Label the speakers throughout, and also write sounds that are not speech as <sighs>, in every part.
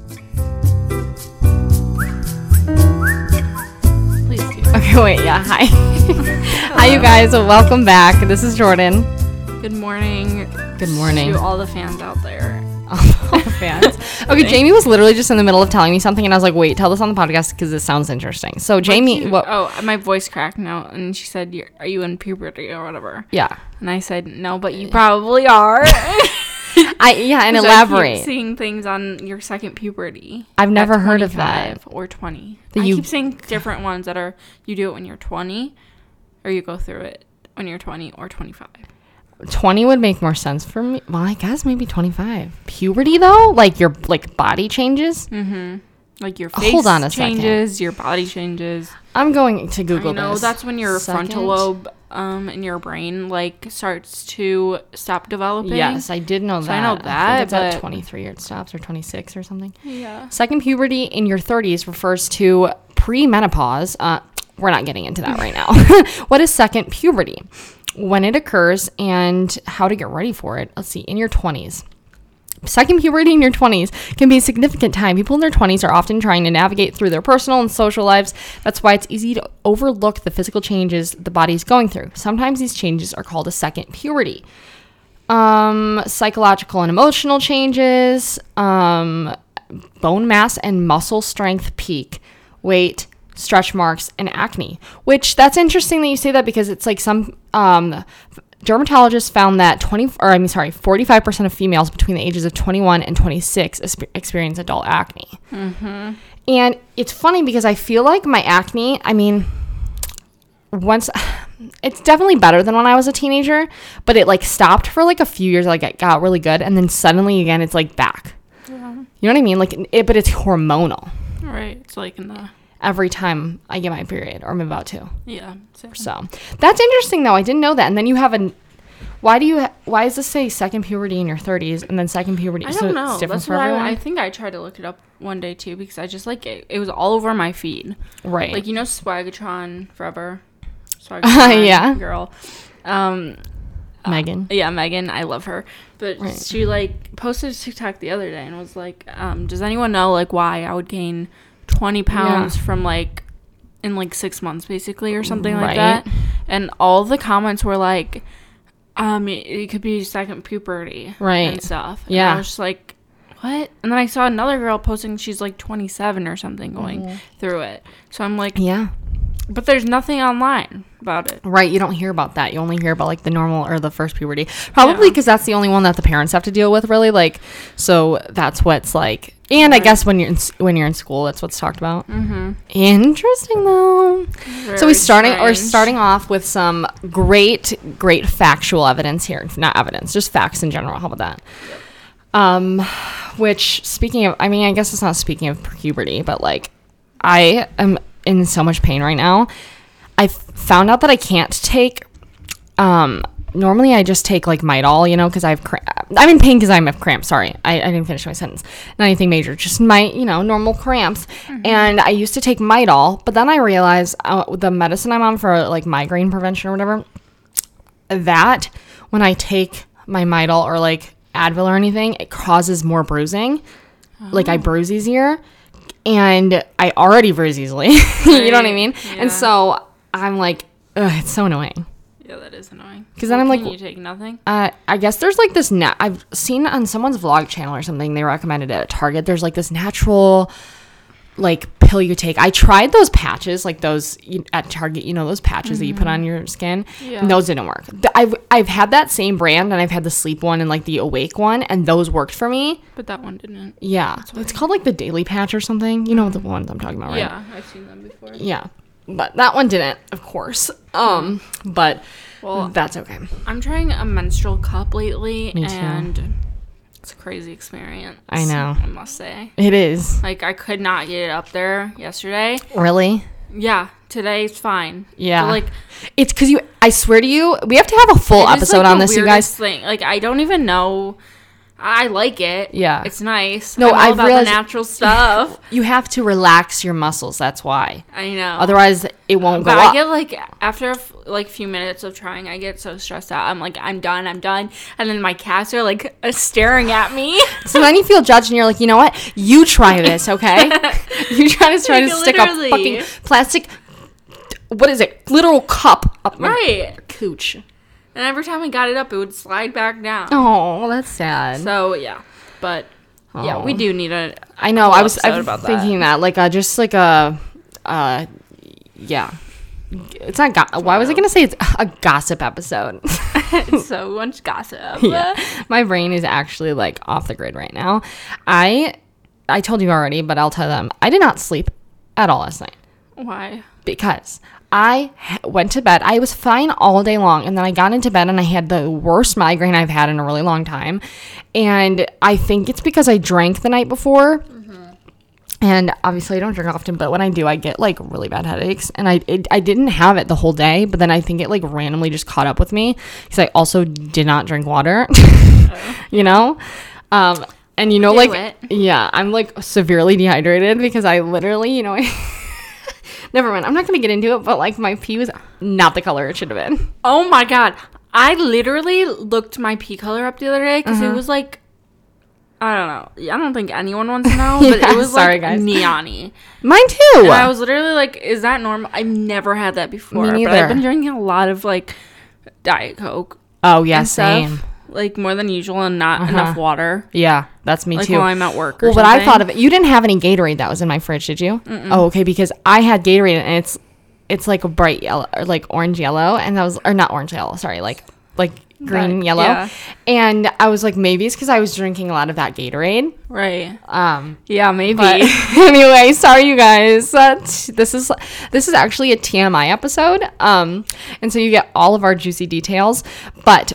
Speaker 1: Wait, <laughs> wait, yeah, hi. hi, you guys. Welcome back. This is Jordan.
Speaker 2: Good morning.
Speaker 1: Good morning.
Speaker 2: To
Speaker 1: <laughs>
Speaker 2: all the fans out there. <laughs>
Speaker 1: fans. Okay, Jamie was literally just in the middle of telling me something, and I was like, wait, tell this on the podcast because this sounds interesting. So, Jamie,
Speaker 2: You-
Speaker 1: what?
Speaker 2: Oh, my voice cracked now, and she said, You're, "Are you in puberty or whatever?"
Speaker 1: Yeah.
Speaker 2: And I said, "No, but you probably are."
Speaker 1: Uh, <laughs> I, yeah,
Speaker 2: <laughs>
Speaker 1: and
Speaker 2: So I keep
Speaker 1: elaborate.
Speaker 2: seeing things on your second puberty.
Speaker 1: I've
Speaker 2: at
Speaker 1: never heard of that.
Speaker 2: 25 Or twenty.
Speaker 1: That
Speaker 2: I
Speaker 1: you-
Speaker 2: keep seeing different ones that are you do it when you're twenty, or you go through it when you're twenty or twenty-five.
Speaker 1: 20 would make more sense for me. Well, I guess maybe 25. Puberty, though? Like your like body changes?
Speaker 2: Hmm. Like your face
Speaker 1: Hold on a second.
Speaker 2: changes, your body changes.
Speaker 1: I'm going to Google
Speaker 2: I know
Speaker 1: this.
Speaker 2: that's when your
Speaker 1: Second.
Speaker 2: frontal lobe um in your brain like starts to stop developing.
Speaker 1: Yes, I did know
Speaker 2: So
Speaker 1: that.
Speaker 2: I know
Speaker 1: think
Speaker 2: that,
Speaker 1: it's at
Speaker 2: but-
Speaker 1: 23 or it stops, or 26 or something.
Speaker 2: Yeah.
Speaker 1: Second puberty in your 30s refers to premenopause. Uh, we're not getting into that right now. <laughs> what is second puberty? When it occurs and how to get ready for it. Let's see, in your 20s. Second puberty in your 20s can be a significant time. People in their 20s are often trying to navigate through their personal and social lives. That's why it's easy to overlook the physical changes the body is going through. Sometimes these changes are called a second puberty um, psychological and emotional changes, um, bone mass and muscle strength peak, weight, stretch marks, and acne. Which that's interesting that you say that because it's like some um, dermatologists found that 20 or I mean sorry, 45% of females between the ages of 21 and 26 exper- experience adult acne. And it's funny because I feel like my acne, I mean, once <sighs> it's definitely better than when I was a teenager, but it like stopped for like a few years, like it got really good, and then suddenly again it's like back. You know what I mean? Like it, but it's hormonal
Speaker 2: Right. It's like in the
Speaker 1: every time I get my period or I'm about to.
Speaker 2: yeah. so-
Speaker 1: So that's interesting though. I didn't know that. And then you have an why do you ha- why does this say second puberty in your 30s and then second puberty?
Speaker 2: I
Speaker 1: so
Speaker 2: don't
Speaker 1: it's
Speaker 2: know.
Speaker 1: different
Speaker 2: That's
Speaker 1: for
Speaker 2: what
Speaker 1: everyone?
Speaker 2: I, I think I tried to look it up one day too because I just like it. It was all over my feed.
Speaker 1: right.
Speaker 2: Like you know Swagatron
Speaker 1: <laughs>
Speaker 2: forever. Swagatron
Speaker 1: yeah.
Speaker 2: girl. Um
Speaker 1: Megan.
Speaker 2: yeah, Megan, I love her. But
Speaker 1: Right.
Speaker 2: she like posted a TikTok the other day and was like, um, does anyone know like why I would gain 20 pounds from like in like 6 months basically or something like
Speaker 1: Right.
Speaker 2: that? And all the comments were like um it- it could be second puberty
Speaker 1: Right.
Speaker 2: and stuff. And
Speaker 1: Yeah.
Speaker 2: I was just like what? And then I saw another girl posting she's like 27 or something going through it. So I'm like,
Speaker 1: yeah.
Speaker 2: but there's nothing online about it.
Speaker 1: Right, you don't hear about that. You only hear about like the normal or the first puberty. Probably
Speaker 2: Yeah.
Speaker 1: because that's the only one that the parents have to deal with, really. Like, so that's what's like. And I guess when you're in, s- when you're in school, that's what's talked about.
Speaker 2: Mhm.
Speaker 1: Interesting though. so
Speaker 2: Very
Speaker 1: we starting or
Speaker 2: strange.
Speaker 1: starting off with some great, great factual evidence here. Not evidence, just facts in general. How about that? Um, which speaking of, I mean, I guess it's not speaking of puberty, but like, I am in so much pain right now. I f- found out that I can't take. Um, normally I just take like Midol, you know, because I've cramp. I'm in pain because I have cramps. Sorry, I, I didn't finish my sentence. Not anything major, just my you know normal cramps.
Speaker 2: Mm-hmm.
Speaker 1: And I used to take Midol, but then I realized uh, the medicine I'm on for like migraine prevention or whatever that when I take my Midol or like Advil or anything, it causes more bruising. Like
Speaker 2: Oh.
Speaker 1: I bruise easier and I already bruise easily. <laughs> you know what I
Speaker 2: Right,
Speaker 1: mean?
Speaker 2: yeah.
Speaker 1: And so I'm like, ugh, it's so annoying.
Speaker 2: Yeah, that is annoying.
Speaker 1: 'Cause then
Speaker 2: Well,
Speaker 1: I'm like,
Speaker 2: can you take nothing?
Speaker 1: Uh, I guess there's like this. Na- I've seen on someone's vlog channel or something. They recommended it at Target. There's like this natural, like pill you take. I tried those patches, like those you, at Target. You know those patches that you put on your skin.
Speaker 2: Mm-hmm. Yeah.
Speaker 1: And those didn't work. Th- I've I've had that same brand, and I've had the sleep one and like the awake one, and those worked for me.
Speaker 2: But that one didn't.
Speaker 1: Yeah, it's called like the daily patch or something. You know the ones I'm talking about, right?
Speaker 2: Mm-hmm. Yeah, I've seen them before.
Speaker 1: Yeah. But that one didn't, of course. Um, but
Speaker 2: Well,
Speaker 1: that's okay.
Speaker 2: I'm trying a menstrual cup lately,
Speaker 1: Me too.
Speaker 2: and it's a crazy experience.
Speaker 1: I know.
Speaker 2: I must say.
Speaker 1: It is
Speaker 2: Like, I could not get it up there yesterday.
Speaker 1: really.
Speaker 2: Yeah, today's fine.
Speaker 1: Yeah.
Speaker 2: But, like,
Speaker 1: It's because you. I swear to you, we have to have a full
Speaker 2: it is,
Speaker 1: episode
Speaker 2: like,
Speaker 1: on
Speaker 2: the
Speaker 1: this, you
Speaker 2: weirdest
Speaker 1: guys.
Speaker 2: Thing. Like, I don't even know. I like it.
Speaker 1: Yeah.
Speaker 2: It's nice.
Speaker 1: No,
Speaker 2: I'm all
Speaker 1: I've
Speaker 2: about
Speaker 1: realized-
Speaker 2: the natural
Speaker 1: <laughs>
Speaker 2: stuff.
Speaker 1: You have to relax your muscles. That's why.
Speaker 2: I know.
Speaker 1: Otherwise, it won't go
Speaker 2: But
Speaker 1: up.
Speaker 2: I get like after a f- like few minutes of trying, I get so stressed out. I'm like, I'm done, I'm done, and then my cats are like <laughs> staring at
Speaker 1: <laughs>
Speaker 2: me.
Speaker 1: so then you feel judged, and you're like, you know what? <laughs> You try this, okay? you try to try to
Speaker 2: Like,
Speaker 1: stick a
Speaker 2: literally.
Speaker 1: fucking plastic what is it? Literal cup up
Speaker 2: <laughs>
Speaker 1: my
Speaker 2: Right.
Speaker 1: cooch.
Speaker 2: And every time I got it up, it would slide back down.
Speaker 1: Oh, that's sad.
Speaker 2: So yeah, but yeah, we
Speaker 1: Oh.
Speaker 2: do need
Speaker 1: <laughs>
Speaker 2: a.
Speaker 1: I know. I was
Speaker 2: upset
Speaker 1: I was
Speaker 2: about that.
Speaker 1: thinking that. like uh, just like a, uh, yeah. It's not. Go- Why was I gonna say it's a gossip episode? <laughs>
Speaker 2: so much gossip. <laughs>
Speaker 1: yeah. My brain is actually like off the grid right now. I I told you already, but I'll tell them. I did not sleep at all last night
Speaker 2: Why?
Speaker 1: because I ha- went to bed. I was fine all day long, and then I got into bed and I had the worst migraine I've had in a really long time. And I think it's because I drank the night before.
Speaker 2: Mm-hmm.
Speaker 1: And obviously, I don't drink often, but when I do, I get like really bad headaches. And I it, I didn't have it the whole day, but then I think it like randomly just caught up with me because I also did not drink water. <laughs> you know, um, and you know,
Speaker 2: Oh. Do
Speaker 1: like
Speaker 2: it.
Speaker 1: yeah, I'm like severely dehydrated because I literally, you know, <laughs> I never mind. I'm not gonna get into it, but like my pee was not the color it should have been.
Speaker 2: Oh my god! I literally looked my pee color up the other day because
Speaker 1: Uh-huh.
Speaker 2: it was like, I don't know. I don't think anyone
Speaker 1: <laughs>
Speaker 2: wants to know, but
Speaker 1: Yeah,
Speaker 2: it was
Speaker 1: sorry,
Speaker 2: like
Speaker 1: guys.
Speaker 2: neon-y.
Speaker 1: Mine too.
Speaker 2: And I was literally like, "Is that normal?" I've never had that before.
Speaker 1: Me
Speaker 2: But I've
Speaker 1: neither.
Speaker 2: been drinking a lot of like diet coke
Speaker 1: oh yeah,
Speaker 2: and stuff,
Speaker 1: same.
Speaker 2: like more than usual, and not enough water.
Speaker 1: Yeah, that's me
Speaker 2: Like
Speaker 1: too.
Speaker 2: while I'm at work. Or
Speaker 1: Well, what I
Speaker 2: something.
Speaker 1: thought of it, you didn't have any Gatorade that was in my fridge, did you? Oh, okay, because I had Gatorade and it's it's like a bright yellow or like orange yellow, and that was or not orange yellow, sorry, like like green
Speaker 2: Right,
Speaker 1: yellow,
Speaker 2: yeah.
Speaker 1: and I was like maybe it's because I was drinking a lot of that Gatorade.
Speaker 2: Right.
Speaker 1: Um,
Speaker 2: Yeah, maybe.
Speaker 1: but <laughs> anyway, sorry you guys. That's, this is this is actually a TMI episode. Um, and so you get all of our juicy details. But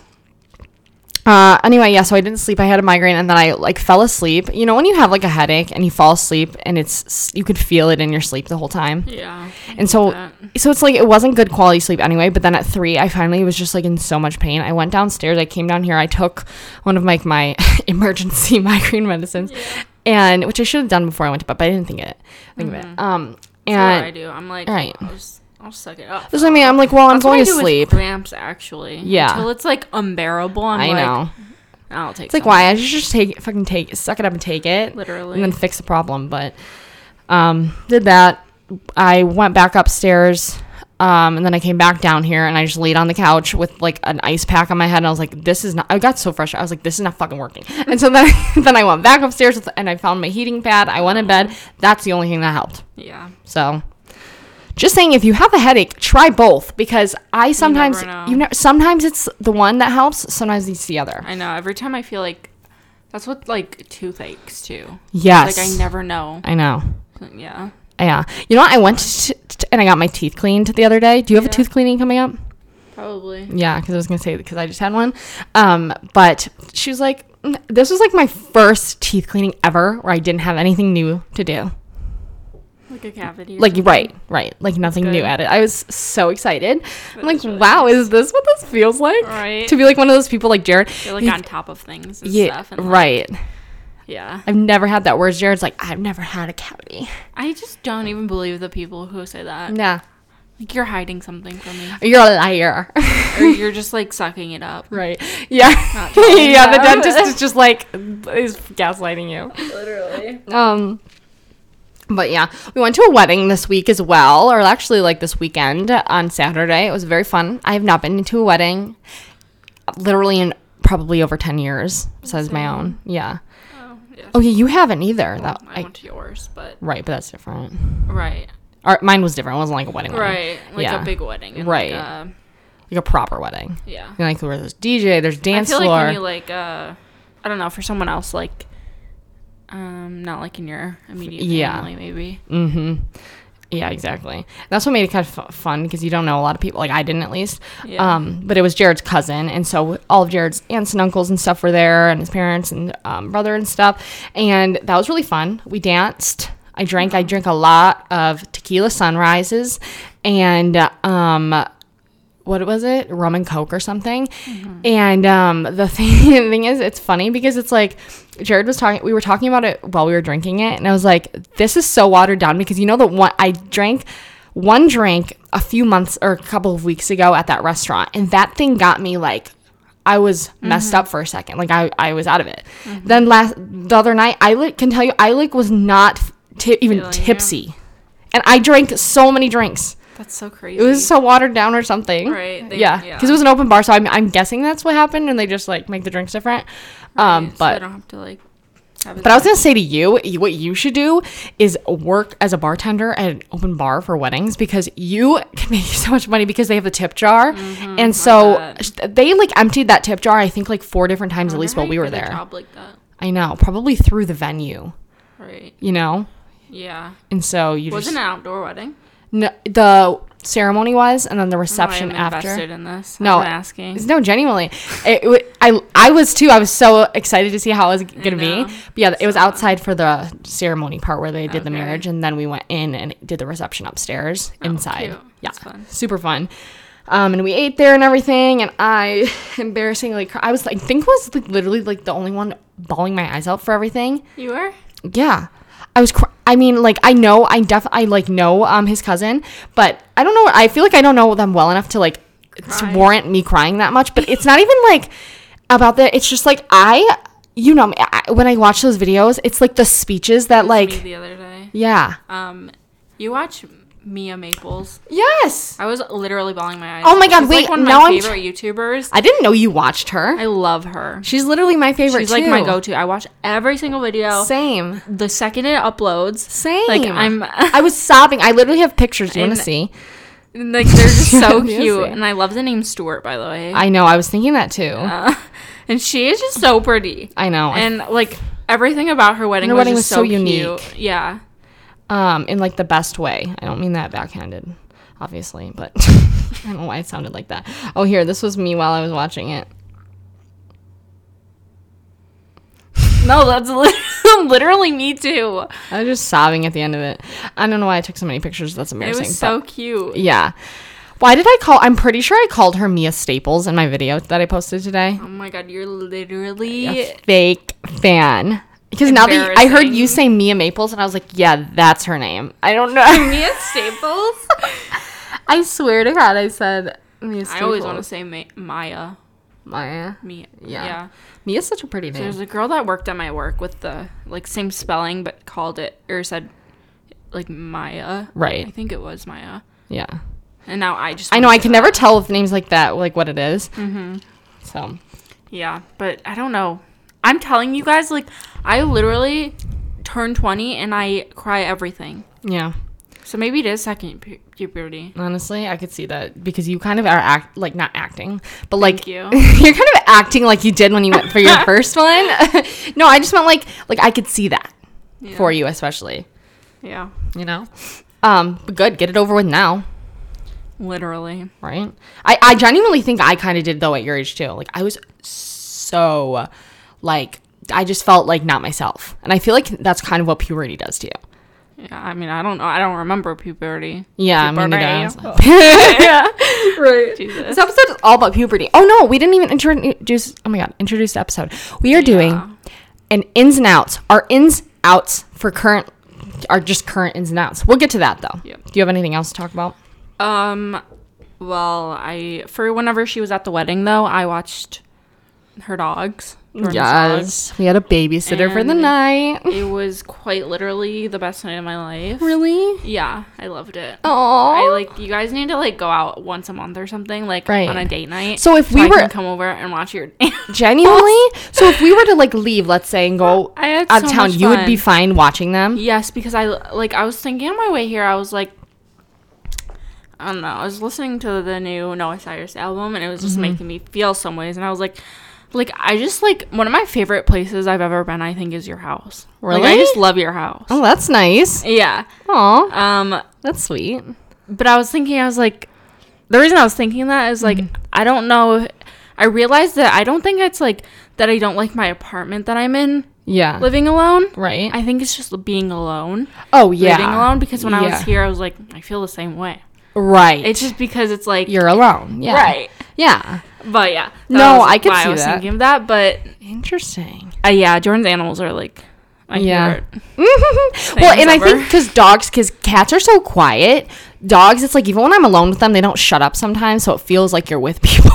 Speaker 1: uh, anyway, yeah. So I didn't sleep. I had a migraine, and then I like fell asleep. You know when you have like a headache and you fall asleep, and it's you could feel it in your sleep the
Speaker 2: <laughs>
Speaker 1: whole
Speaker 2: <laughs>
Speaker 1: time. <laughs>
Speaker 2: yeah.
Speaker 1: And so,
Speaker 2: that.
Speaker 1: so it's like it wasn't good quality sleep anyway. But then at three, I finally was just like in so much pain. I went downstairs. I came down here. I took one of like my <laughs> emergency <laughs> migraine medicines, and which I should have done before I went to bed, but I didn't think it. Think of it. Um,
Speaker 2: Mm-hmm. That's what I
Speaker 1: and
Speaker 2: do. I'm like,
Speaker 1: Right.
Speaker 2: I'll, just, I'll suck it up.
Speaker 1: this is what I mean. I'm like, well, I'm
Speaker 2: That's what I
Speaker 1: going to
Speaker 2: do with
Speaker 1: sleep.
Speaker 2: Cramps, actually.
Speaker 1: Yeah.
Speaker 2: Until it's like unbearable. I'm
Speaker 1: I
Speaker 2: like,
Speaker 1: know.
Speaker 2: I'll take.
Speaker 1: It's like why I should just take fucking take suck it up and take
Speaker 2: <laughs>
Speaker 1: it
Speaker 2: Literally.
Speaker 1: and then fix the problem. But um, did that. I went back upstairs. Um, and then I came back down here and I just laid on the couch with like an ice pack on my head and I was like, this is not. I got so frustrated. I was like, this is not fucking working. And so then, <laughs> then I went back upstairs with- and I found my heating pad. I went in bed. That's the only thing that helped.
Speaker 2: Yeah.
Speaker 1: So, just saying, if you have a headache, try both because I sometimes you,
Speaker 2: know.
Speaker 1: know. sometimes it's the one that helps, sometimes it's the other.
Speaker 2: I know. Every time I feel like that's what like toothaches too.
Speaker 1: Yes,
Speaker 2: Like I never know.
Speaker 1: I know.
Speaker 2: Yeah.
Speaker 1: Yeah. You know what? I went t- t- and I got my teeth cleaned the other day. Do you have
Speaker 2: Yeah.
Speaker 1: a tooth cleaning coming up?
Speaker 2: Probably.
Speaker 1: Yeah, because I was going to say, because I just had one. Um, but she was like, "Mm, this was like my first teeth cleaning ever where I didn't have anything new to do.
Speaker 2: Like a cavity. or
Speaker 1: Like,
Speaker 2: something.
Speaker 1: right, right. Like nothing new
Speaker 2: good.
Speaker 1: at it. I was so excited.
Speaker 2: That
Speaker 1: I'm like,
Speaker 2: is really
Speaker 1: wow, is this what this feels like?
Speaker 2: Right.
Speaker 1: To be like one of those people like Jared.
Speaker 2: You're like
Speaker 1: You-
Speaker 2: on top of things and
Speaker 1: yeah,
Speaker 2: stuff. And like-
Speaker 1: right.
Speaker 2: yeah.
Speaker 1: I've never had that. Whereas Jared's like, I've never had a cavity.
Speaker 2: I just don't even believe the people who say that.
Speaker 1: Nah,
Speaker 2: Like you're hiding something from
Speaker 1: <laughs>
Speaker 2: me,
Speaker 1: you're a liar.
Speaker 2: or you're just like sucking it up.
Speaker 1: Right. <laughs> Yeah.
Speaker 2: Not telling
Speaker 1: <laughs> yeah, the
Speaker 2: them. <laughs>
Speaker 1: dentist is just like is gaslighting you.
Speaker 2: Literally.
Speaker 1: Um but yeah, we went to a wedding this week as well, or actually like this weekend on Saturday. It was very fun. I have not been to a wedding literally in probably over 10 years besides my own. Yeah.
Speaker 2: Oh yeah.
Speaker 1: Oh yeah, you haven't either. That
Speaker 2: I,
Speaker 1: I,
Speaker 2: went to yours, but
Speaker 1: right, but that's different.
Speaker 2: right,
Speaker 1: Our, mine was different. It wasn't like a wedding, wedding.
Speaker 2: right, like
Speaker 1: Yeah.
Speaker 2: a big wedding, and
Speaker 1: Right.
Speaker 2: Like, uh,
Speaker 1: Like a proper wedding.
Speaker 2: yeah.
Speaker 1: You know, Like where there's DJ, there's
Speaker 2: I
Speaker 1: dance
Speaker 2: feel
Speaker 1: floor.
Speaker 2: like when you like, uh, I don't know, for someone else, like, um, not like in your immediate
Speaker 1: Yeah.
Speaker 2: family, maybe.
Speaker 1: Mm-hmm. Yeah, exactly. That's what made it kind of fu- fun because you don't know a lot of people. Like I didn't at least.
Speaker 2: Yeah.
Speaker 1: Um, but it was Jared's cousin, and so all of Jared's aunts and uncles and stuff were there, and his parents and um, brother and stuff. And that was really fun. We danced. I drank. I drank a lot of tequila sunrises, and um, what was it? Rum and Coke or something. And um, <laughs> the thing, the thing is, it's funny because it's like Jared was talking, we were talking about it while we were drinking it. And I was like, this is so watered down because you know, the one I drank one drink a few months or a couple of weeks ago at that restaurant. And that thing got me like, I was messed up for a second. Like I, I was out of it. Then last, the other night, I like, can tell you, I like was not t- even
Speaker 2: Feeling you.
Speaker 1: tipsy. And I drank so many drinks.
Speaker 2: That's so crazy.
Speaker 1: It was so watered down or something.
Speaker 2: Right, they-
Speaker 1: yeah.
Speaker 2: yeah.
Speaker 1: Because it was an open bar, so I'm, I'm guessing that's what happened, and they just like make the drinks different. Um,
Speaker 2: So I
Speaker 1: but
Speaker 2: don't have to like. Have it
Speaker 1: but I was
Speaker 2: there.
Speaker 1: gonna say to you, you- what you should do is work as a bartender at an open bar for weddings because you can make <laughs> so much money because they have the tip jar,
Speaker 2: Mm-hmm,
Speaker 1: and so
Speaker 2: Mm, that.
Speaker 1: sh- they like emptied that tip jar I think like four different times at
Speaker 2: Wonder
Speaker 1: least
Speaker 2: how
Speaker 1: while
Speaker 2: you
Speaker 1: we were
Speaker 2: get a
Speaker 1: there.
Speaker 2: job like that.
Speaker 1: I know, probably through the venue,
Speaker 2: Right.
Speaker 1: you know,
Speaker 2: Yeah.
Speaker 1: and so you
Speaker 2: Was
Speaker 1: just
Speaker 2: it an outdoor wedding?
Speaker 1: no, the ceremony was, and then
Speaker 2: Oh, I don't know
Speaker 1: the
Speaker 2: why
Speaker 1: reception
Speaker 2: I'm
Speaker 1: after.
Speaker 2: Invested in this.
Speaker 1: No,
Speaker 2: I'm asking.
Speaker 1: Mm-hmm. No, genuinely, it, it, wa- I I was too. I was so excited to see how it was gonna be.
Speaker 2: know.
Speaker 1: But yeah, it was outside for the ceremony part where they did the
Speaker 2: Okay. Oh,
Speaker 1: marriage, and then we went in and did the reception upstairs inside.
Speaker 2: cute.
Speaker 1: Yeah,
Speaker 2: That's fun.
Speaker 1: super fun. Um, and we ate there and everything, and I <laughs> embarrassingly, cr- I was like, I think was like literally like the only one bawling my eyes out for everything.
Speaker 2: You were.
Speaker 1: Yeah. I was cr- I mean like I know I def I like know um his cousin, but I don't know I feel like I don't know them well enough to like to
Speaker 2: Cry.
Speaker 1: warrant me crying that much, but it's not even like about that. It's just like I you know me, I, when I watch those videos, it's like the speeches that
Speaker 2: me
Speaker 1: like
Speaker 2: the other day.
Speaker 1: yeah.
Speaker 2: Um, you watch Mia Maples.
Speaker 1: Yes.
Speaker 2: I was literally bawling my eyes.
Speaker 1: Oh
Speaker 2: out.
Speaker 1: my God,
Speaker 2: She's,
Speaker 1: wait,
Speaker 2: Like one of
Speaker 1: now
Speaker 2: my
Speaker 1: I'm
Speaker 2: favorite YouTubers.
Speaker 1: I didn't know you watched her.
Speaker 2: I love her.
Speaker 1: She's literally my favorite
Speaker 2: She's like my
Speaker 1: too.
Speaker 2: go-to. I watch every single video.
Speaker 1: Same.
Speaker 2: The second it uploads,
Speaker 1: Same.
Speaker 2: like I'm,
Speaker 1: <laughs> I was sobbing. I literally have pictures. Do you want to
Speaker 2: And-
Speaker 1: see?
Speaker 2: like they're just
Speaker 1: <laughs>
Speaker 2: so
Speaker 1: Yeah,
Speaker 2: cute.
Speaker 1: same.
Speaker 2: And I love the name Stuart, by the way.
Speaker 1: I know. I was thinking that too.
Speaker 2: Uh, <laughs> and she is just so pretty.
Speaker 1: I know. I
Speaker 2: and like everything about her wedding,
Speaker 1: Her
Speaker 2: was,
Speaker 1: wedding
Speaker 2: just
Speaker 1: was so
Speaker 2: so, unique.
Speaker 1: unique.
Speaker 2: Yeah,
Speaker 1: um, in like the best way. I don't mean that backhanded, obviously, but <laughs> I don't know why it sounded like that. Oh, here, this was me while I was watching it.
Speaker 2: no, that's li- <laughs> literally me too.
Speaker 1: I was just sobbing at the end of it. I don't know why I took so many pictures. That's
Speaker 2: It
Speaker 1: embarrassing.
Speaker 2: was so
Speaker 1: but-
Speaker 2: cute.
Speaker 1: yeah. Why did I call? I'm pretty sure I called her Mia Staples in my video that I posted today.
Speaker 2: Oh my god, you're literally
Speaker 1: A fake fan. Because now that I heard you
Speaker 2: Embarrassing.
Speaker 1: say Mia Maples, and I was like, yeah, that's her name. I don't know.
Speaker 2: Mia Staples.
Speaker 1: <laughs> I swear to God, I said Mia Staples.
Speaker 2: I always want to say Ma- Maya.
Speaker 1: Maya.
Speaker 2: Mia.
Speaker 1: Yeah.
Speaker 2: Yeah.
Speaker 1: Mia's such a pretty name.
Speaker 2: There's a girl that worked at my work with the like same spelling, but called it or said like Maya.
Speaker 1: Right.
Speaker 2: I think it was Maya.
Speaker 1: Yeah.
Speaker 2: And now I just
Speaker 1: I
Speaker 2: wanna
Speaker 1: know I
Speaker 2: say
Speaker 1: can
Speaker 2: that.
Speaker 1: never tell with names like that, like what it is.
Speaker 2: Mm-hmm.
Speaker 1: So
Speaker 2: Yeah, but I don't know. I'm telling you guys, like, I literally turned 20 and I cry everything.
Speaker 1: yeah,
Speaker 2: So maybe it is second pu- puberty.
Speaker 1: honestly, I could see that because you kind of are act like not acting, but like
Speaker 2: Thank you.
Speaker 1: <laughs> you're kind of acting like you did when you went
Speaker 2: <laughs>
Speaker 1: for your first one. <laughs> no, I just meant like like I could see that
Speaker 2: Yeah.
Speaker 1: for you, especially
Speaker 2: Yeah, <laughs>
Speaker 1: you know. Um, but good, get it over with now,
Speaker 2: literally.
Speaker 1: right? I I genuinely think I kind of did though at your age too. Like I was so like I just felt like not myself, and I feel like that's kind of what puberty does to you.
Speaker 2: Yeah, I mean, I don't know. I don't remember puberty.
Speaker 1: Yeah, I mean,
Speaker 2: Puberty. Oh.
Speaker 1: <laughs> yeah, right.
Speaker 2: Jesus.
Speaker 1: This episode is all about puberty. Oh no, we didn't even introduce. Oh my god, introduce the episode. We are
Speaker 2: Yeah.
Speaker 1: doing an ins and outs. Our ins outs for current are just current ins and outs. We'll get to that though.
Speaker 2: Yep.
Speaker 1: Do you have anything else to talk about?
Speaker 2: Um, well, I, for whenever she was at the wedding, though, I watched her dogs. Jordan's dogs.
Speaker 1: we had a babysitter for the
Speaker 2: And-
Speaker 1: night.
Speaker 2: It was quite literally the best night of my life.
Speaker 1: Really?
Speaker 2: Yeah, I loved it. I
Speaker 1: Oh,
Speaker 2: like you guys need to like go out once a month or something, like
Speaker 1: Right.
Speaker 2: on a date night.
Speaker 1: So if we
Speaker 2: I
Speaker 1: were-
Speaker 2: can come over and watch your <laughs>
Speaker 1: genuinely. <laughs> so if we were to like leave, let's say, and go
Speaker 2: I had
Speaker 1: out of
Speaker 2: so
Speaker 1: town,
Speaker 2: much
Speaker 1: you would
Speaker 2: fun.
Speaker 1: be fine watching them.
Speaker 2: Yes, because I like I was thinking on my way here, I was like I don't know, I was listening to the new Noah Cyrus album and it was
Speaker 1: Mm-hmm.
Speaker 2: just making me feel some ways and I was like like I just like one of my favorite places I've ever been I think is your house. Like I
Speaker 1: Really?
Speaker 2: just love your house.
Speaker 1: Oh, that's nice.
Speaker 2: Yeah.
Speaker 1: Aw.
Speaker 2: Um
Speaker 1: That's sweet.
Speaker 2: but I was thinking, I was like, the reason I was thinking that is like,
Speaker 1: Mm-hmm.
Speaker 2: I don't know. if- I realized that I don't think it's like that I don't like my apartment that I'm in
Speaker 1: Yeah.
Speaker 2: living alone.
Speaker 1: right.
Speaker 2: I think it's just being alone,
Speaker 1: oh yeah.
Speaker 2: living alone. Because when I was
Speaker 1: Yeah.
Speaker 2: here, I was like, I feel the same way.
Speaker 1: Right.
Speaker 2: It's just because it's like
Speaker 1: You're alone. Yeah.
Speaker 2: right.
Speaker 1: Yeah.
Speaker 2: But yeah, that
Speaker 1: No,
Speaker 2: was
Speaker 1: I could
Speaker 2: why
Speaker 1: see
Speaker 2: I was
Speaker 1: that.
Speaker 2: thinking of that, but
Speaker 1: Interesting.
Speaker 2: uh, yeah, Jordan's animals are like my
Speaker 1: Yeah.
Speaker 2: favorite.
Speaker 1: Mm-hmm. well, and I think
Speaker 2: over.
Speaker 1: because dogs, because cats are so quiet. Dogs, it's like even when I'm alone with them, they don't shut up sometimes, so it feels like you're with <laughs> people.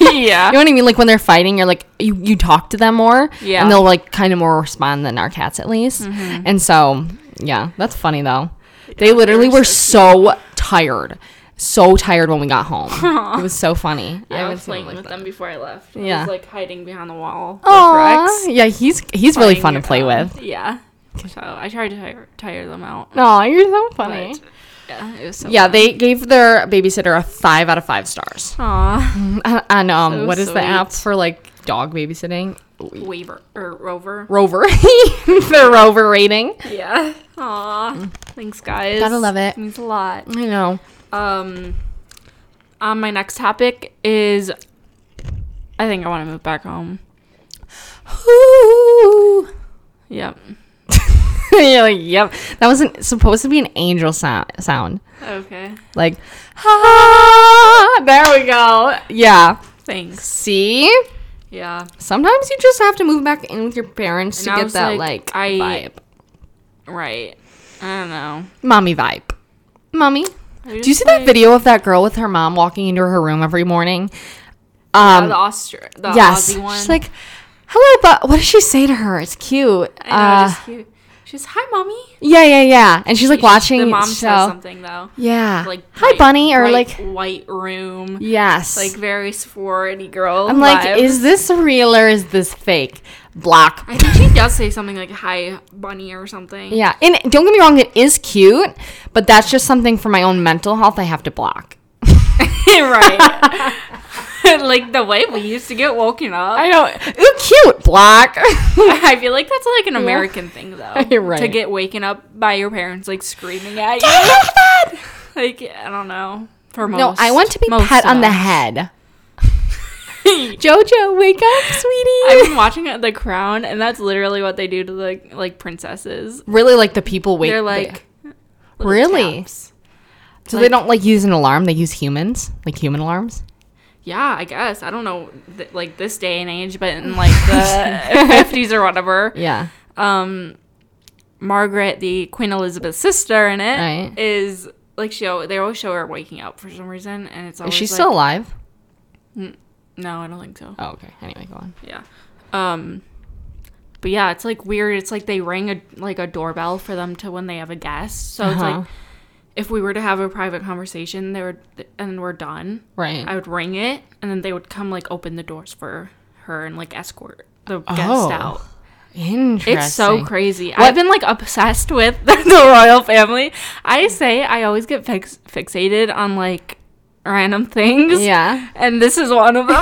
Speaker 2: yeah,
Speaker 1: You know what I mean? Like when they're fighting, you're like you, you talk to them more,
Speaker 2: Yeah. Mm-hmm.
Speaker 1: and they'll like kind of more respond than our cats at least. And so, yeah, that's funny though. They literally
Speaker 2: were
Speaker 1: were so, tired, so tired when we got home.
Speaker 2: <laughs>
Speaker 1: It was so funny.
Speaker 2: Yeah, I,
Speaker 1: haven't
Speaker 2: was
Speaker 1: seen him
Speaker 2: playing
Speaker 1: like
Speaker 2: with
Speaker 1: that.
Speaker 2: them before I left. I
Speaker 1: Yeah.
Speaker 2: was like hiding behind the wall.
Speaker 1: Aw, yeah, he's he's really fun to play with.
Speaker 2: Yeah. So I tried to tire, tire them out.
Speaker 1: Oh, you're so funny.
Speaker 2: but, yeah, it was so
Speaker 1: yeah, they gave their babysitter a five out of five stars.
Speaker 2: Aw.
Speaker 1: <laughs> and um,
Speaker 2: So
Speaker 1: what is the app
Speaker 2: sweet.
Speaker 1: for like dog babysitting?
Speaker 2: Waver or er, Rover.
Speaker 1: Rover, <laughs> the Rover rating.
Speaker 2: Yeah. Aw. Thanks, guys.
Speaker 1: Mm. Gotta love it.
Speaker 2: Means a lot.
Speaker 1: I know.
Speaker 2: Um. Um. My next topic is. I think I want to move back home.
Speaker 1: Ooh.
Speaker 2: Yep.
Speaker 1: <laughs> You're like, yep. That wasn't supposed to be an angel sound. sound.
Speaker 2: Okay.
Speaker 1: Like, ah, there we go. Yeah.
Speaker 2: Thanks.
Speaker 1: See,
Speaker 2: Yeah.
Speaker 1: sometimes you just have to move back in with your parents
Speaker 2: And
Speaker 1: to
Speaker 2: I
Speaker 1: get
Speaker 2: was
Speaker 1: that like,
Speaker 2: like, I-
Speaker 1: vibe,
Speaker 2: Right. I don't know.
Speaker 1: mommy vibe, mommy.
Speaker 2: I
Speaker 1: Do you
Speaker 2: just
Speaker 1: see that
Speaker 2: like-
Speaker 1: video of that girl with her mom walking into her room every morning?
Speaker 2: Yeah,
Speaker 1: Um,
Speaker 2: the Austri- the
Speaker 1: yes.
Speaker 2: Aussie one.
Speaker 1: She's like, hello, but what does she say to her? It's cute.
Speaker 2: I know,
Speaker 1: Uh,
Speaker 2: just cute. She's hi, mommy.
Speaker 1: yeah, yeah, yeah. And she's like watching.
Speaker 2: The mom
Speaker 1: so,
Speaker 2: says something though,
Speaker 1: Yeah.
Speaker 2: like
Speaker 1: hi,
Speaker 2: bright-
Speaker 1: bunny, or
Speaker 2: bright
Speaker 1: like,
Speaker 2: white room,
Speaker 1: yes.
Speaker 2: like very sorority girl.
Speaker 1: I'm like,
Speaker 2: vibe.
Speaker 1: is this real or is this fake? Block.
Speaker 2: I think she does say something like hi, bunny, or something.
Speaker 1: yeah, and don't get me wrong, it is cute, but that's just something for my own mental health. I have to block.
Speaker 2: <laughs>
Speaker 1: <laughs>
Speaker 2: right. like the way we used to get woken up. <laughs> <laughs> I,
Speaker 1: know. Ooh, cute. <laughs> Block.
Speaker 2: feel like that's like an American thing though.
Speaker 1: <laughs> You're right.
Speaker 2: To get waken up by your parents like screaming
Speaker 1: <laughs>
Speaker 2: at you. like I don't know. For most
Speaker 1: no, I want to be
Speaker 2: most
Speaker 1: pat
Speaker 2: of
Speaker 1: on the
Speaker 2: us.
Speaker 1: head. <laughs> Jojo, wake up, sweetie.
Speaker 2: <laughs> I've been watching The Crown, and that's literally what they do to like like princesses.
Speaker 1: really like the people wait.
Speaker 2: They're like little
Speaker 1: Really?
Speaker 2: taps.
Speaker 1: so they don't like use an alarm. They use humans, like human alarms.
Speaker 2: yeah, I guess I don't know th- like this day and age, but in like
Speaker 1: <laughs>
Speaker 2: the fifties or whatever,
Speaker 1: Yeah.
Speaker 2: um, Margaret, the Queen Elizabeth's sister, in it is
Speaker 1: Right.
Speaker 2: like she. al- They always show her waking up for some reason, and it's always
Speaker 1: Is she
Speaker 2: like-
Speaker 1: still alive?
Speaker 2: No, I don't think so.
Speaker 1: Oh, okay. Anyway, go on.
Speaker 2: Yeah. Um but yeah, it's like weird. It's like they ring a like a doorbell for them to when they have a guest. So it's
Speaker 1: Uh-huh.
Speaker 2: like if we were to have a private conversation, they would and we're done.
Speaker 1: Right.
Speaker 2: I would ring it and then they would come like open the doors for her and like escort the
Speaker 1: Oh,
Speaker 2: guest out.
Speaker 1: Interesting.
Speaker 2: It's so crazy. I've been like obsessed with <laughs> the royal family. I say I always get fix- fixated on like random things.
Speaker 1: <laughs> Yeah.
Speaker 2: And this is one
Speaker 1: <laughs>
Speaker 2: of them. <laughs>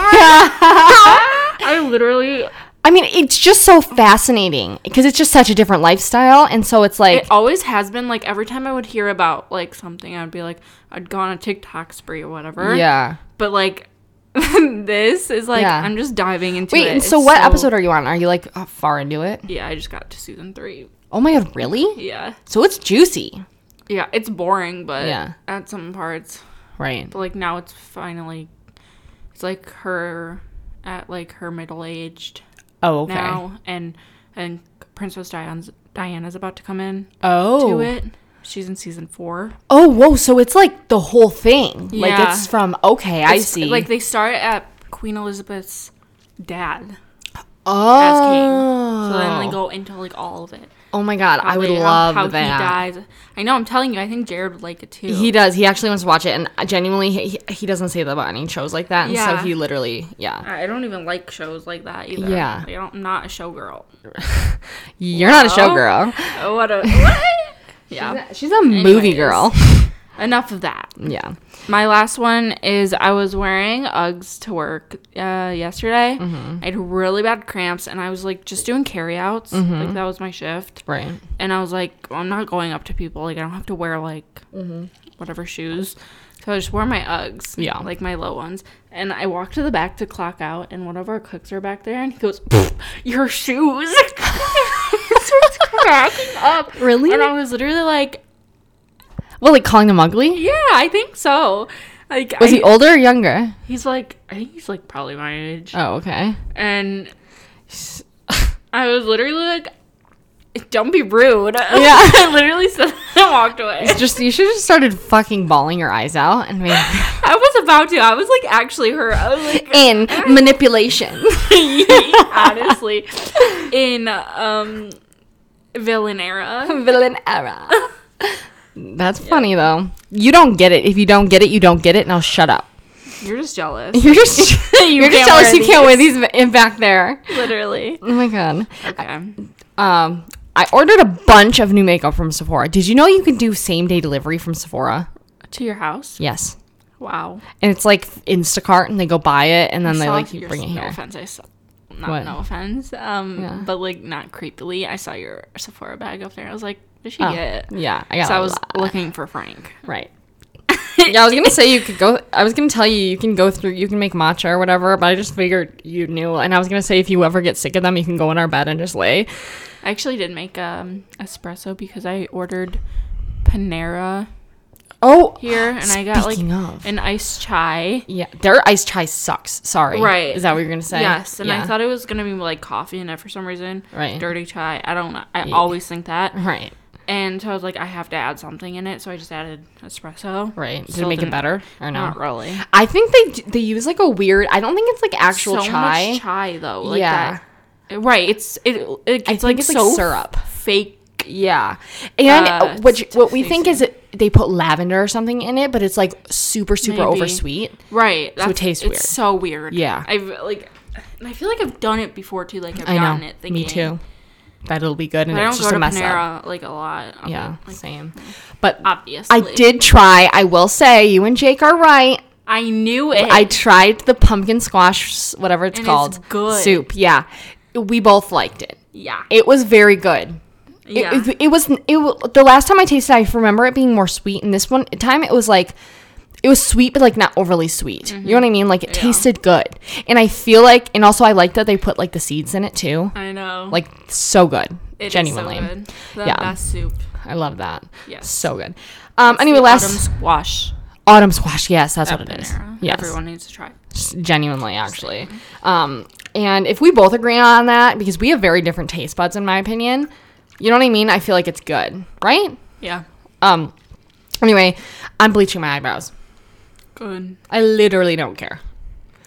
Speaker 2: I literally
Speaker 1: I mean, it's just so fascinating because it's just such a different lifestyle, and so it's like,
Speaker 2: It always has been like every time I would hear about like something, I'd be like, I'd go on a TikTok spree or whatever.
Speaker 1: yeah.
Speaker 2: But like, <laughs> this is like
Speaker 1: Yeah.
Speaker 2: I'm just diving into
Speaker 1: Wait,
Speaker 2: it.
Speaker 1: and so
Speaker 2: It's
Speaker 1: what episode are you on? Are you like uh, far into it?
Speaker 2: Yeah, I just got to season three.
Speaker 1: Oh my god, really?
Speaker 2: Yeah,
Speaker 1: So it's juicy,
Speaker 2: yeah, it's boring, but
Speaker 1: Yeah.
Speaker 2: at some parts,
Speaker 1: right?
Speaker 2: but like now it's finally, it's like her at like her middle aged
Speaker 1: Oh, okay.
Speaker 2: now, and and Princess Diana's Diana's about to come in
Speaker 1: oh,
Speaker 2: to it. She's in season four.
Speaker 1: oh, whoa! So it's like the whole thing. Like
Speaker 2: Yeah.
Speaker 1: it's from okay, I
Speaker 2: It's-
Speaker 1: see.
Speaker 2: Like they start at Queen Elizabeth's dad
Speaker 1: oh,
Speaker 2: as king, so then they go into like all of it.
Speaker 1: oh my god, Oh. I would
Speaker 2: Like,
Speaker 1: love
Speaker 2: how
Speaker 1: that.
Speaker 2: he dies. I know. I'm telling you. I think Jared would like it too.
Speaker 1: He does. He actually wants to watch it, and genuinely, he, he- he doesn't say that about any shows like that. And
Speaker 2: Yeah.
Speaker 1: so he literally, yeah,
Speaker 2: I I don't even like shows like that either.
Speaker 1: Yeah.
Speaker 2: Like, I don't, I'm not a showgirl.
Speaker 1: you're not a <laughs> showgirl.
Speaker 2: Oh, what a what? yeah.
Speaker 1: She's a
Speaker 2: Anyways.
Speaker 1: movie girl. <laughs>
Speaker 2: Enough of that.
Speaker 1: yeah.
Speaker 2: My last one is I was wearing Uggs to work uh, yesterday.
Speaker 1: Mm-hmm.
Speaker 2: I had really bad cramps, and I was like just doing carryouts.
Speaker 1: Mm-hmm.
Speaker 2: Like that was my shift.
Speaker 1: Right.
Speaker 2: and I was like, well, I'm not going up to people. Like, I don't have to wear like
Speaker 1: Mm-hmm.
Speaker 2: whatever shoes. So I just wore my Uggs,
Speaker 1: Yeah.
Speaker 2: like my low ones. And I walked to the back to clock out, and one of our cooks are back there, and he goes, "Your shoes!" <laughs> Starts cracking up.
Speaker 1: Really?
Speaker 2: And I was literally like,
Speaker 1: Well, like calling him ugly.
Speaker 2: "Yeah, I think so." Like,
Speaker 1: Was
Speaker 2: I-
Speaker 1: he older or younger?
Speaker 2: He's like, I think he's like probably my age.
Speaker 1: Oh, okay. <laughs>
Speaker 2: And I was literally like, "Don't be rude." <laughs> Yeah, I literally said <laughs> that and walked away.
Speaker 1: Just you should have just started fucking bawling your eyes out and
Speaker 2: <laughs>
Speaker 1: made
Speaker 2: I was about to. I was like actually her. I was
Speaker 1: <laughs>
Speaker 2: like <laughs>
Speaker 1: in manipulation.
Speaker 2: honestly in um villain era.
Speaker 1: <laughs> Villain era. That's funny though. You don't get it. If you don't get it, you don't get it, and I'll shut up.
Speaker 2: You're just jealous.
Speaker 1: <laughs> You're <laughs> just you are just
Speaker 2: can't
Speaker 1: jealous
Speaker 2: wear
Speaker 1: you can't wear these in back there.
Speaker 2: Literally.
Speaker 1: Oh my god.
Speaker 2: Okay.
Speaker 1: Um, I ordered a bunch of new makeup from Sephora. Did you know you can do same day delivery from Sephora?
Speaker 2: To your house?
Speaker 1: Yes.
Speaker 2: Wow.
Speaker 1: And it's like Instacart, and they go buy it, and then they
Speaker 2: saw
Speaker 1: like you
Speaker 2: your-
Speaker 1: bring it
Speaker 2: no
Speaker 1: here.
Speaker 2: offense, I saw. Not
Speaker 1: What?
Speaker 2: no offense, um,
Speaker 1: Yeah.
Speaker 2: but like not creepily. I saw your Sephora bag up there. I was like, did she
Speaker 1: Oh,
Speaker 2: get? it?
Speaker 1: yeah, I got.
Speaker 2: So I
Speaker 1: a
Speaker 2: was
Speaker 1: lot.
Speaker 2: looking for Frank.
Speaker 1: right. <laughs> yeah, I was gonna say you could go. I was gonna tell you you can go through. You can make matcha or whatever, but I just figured you knew. And I was gonna say if you ever get sick of them, you can go in our bed and just lay.
Speaker 2: I actually did make um espresso because I ordered Panera
Speaker 1: Oh,
Speaker 2: here and I got like
Speaker 1: Speaking of.
Speaker 2: an iced chai.
Speaker 1: yeah, their iced chai sucks. Sorry,
Speaker 2: Right.
Speaker 1: Is that what you're gonna say?
Speaker 2: Yes, and
Speaker 1: Yeah.
Speaker 2: I thought it was gonna be like coffee in it for some reason.
Speaker 1: Right. mm-hmm.
Speaker 2: Dirty chai. I don't. know. I always think that.
Speaker 1: Right,
Speaker 2: And so I was like, I have to add something in it. So I just added espresso.
Speaker 1: right. Did it
Speaker 2: Still
Speaker 1: make it
Speaker 2: didn't-
Speaker 1: better or no?
Speaker 2: Not really.
Speaker 1: I think they they use like a weird. I don't think it's like actual
Speaker 2: so
Speaker 1: chai.
Speaker 2: much chai though. Like
Speaker 1: Yeah.
Speaker 2: That. Right. It's it. it
Speaker 1: I
Speaker 2: it's
Speaker 1: think
Speaker 2: like
Speaker 1: it's
Speaker 2: so
Speaker 1: like syrup.
Speaker 2: Fake.
Speaker 1: Yeah, and
Speaker 2: Uh,
Speaker 1: uh, what you- what we
Speaker 2: it's
Speaker 1: think is it, they put lavender or something in it, but it's like super super
Speaker 2: Maybe.
Speaker 1: over sweet.
Speaker 2: Right. That's,
Speaker 1: tastes
Speaker 2: it's
Speaker 1: weird.
Speaker 2: so weird.
Speaker 1: Yeah.
Speaker 2: I've like, and I feel like I've done it before too. Like I've
Speaker 1: I
Speaker 2: gotten
Speaker 1: know.
Speaker 2: it. Thinking,
Speaker 1: Me too. That it'll be good, and
Speaker 2: But I
Speaker 1: it's
Speaker 2: don't go
Speaker 1: just
Speaker 2: to
Speaker 1: a mess up.
Speaker 2: Panera like a lot. I'm
Speaker 1: Yeah,
Speaker 2: Like,
Speaker 1: same. But
Speaker 2: obviously,
Speaker 1: I did try. I will say, you and Jake are right.
Speaker 2: I knew it.
Speaker 1: I tried the pumpkin squash, s- whatever it's
Speaker 2: And it's
Speaker 1: called,
Speaker 2: good.
Speaker 1: soup. Yeah, we both liked it.
Speaker 2: yeah.
Speaker 1: It was very good. It-
Speaker 2: yeah.
Speaker 1: It, it was it, wa- the last time I tasted. it, I remember it being more sweet, and this one time it was like it was sweet, but like not overly sweet.
Speaker 2: Mm-hmm.
Speaker 1: You know what I mean? Like it tasted good, and I feel like, and also I like that they put like the seeds in it too.
Speaker 2: I know.
Speaker 1: Like so good,
Speaker 2: It is so
Speaker 1: genuinely.
Speaker 2: good. The
Speaker 1: Yeah.
Speaker 2: best soup.
Speaker 1: I love that.
Speaker 2: Yes.
Speaker 1: so good. Um,
Speaker 2: It's
Speaker 1: anyway,
Speaker 2: the
Speaker 1: last
Speaker 2: autumn
Speaker 1: autumn,
Speaker 2: squash.
Speaker 1: squash. Yes, that's
Speaker 2: at
Speaker 1: what it is.
Speaker 2: Panera.
Speaker 1: Yes,
Speaker 2: Everyone needs to try.
Speaker 1: s- genuinely actually. Um, and if we both agree on that, because we have very different taste buds, in my opinion. You know what I mean? I feel like it's good, right?
Speaker 2: Yeah.
Speaker 1: Um. Anyway, I'm bleaching my eyebrows.
Speaker 2: Good.
Speaker 1: I literally don't care.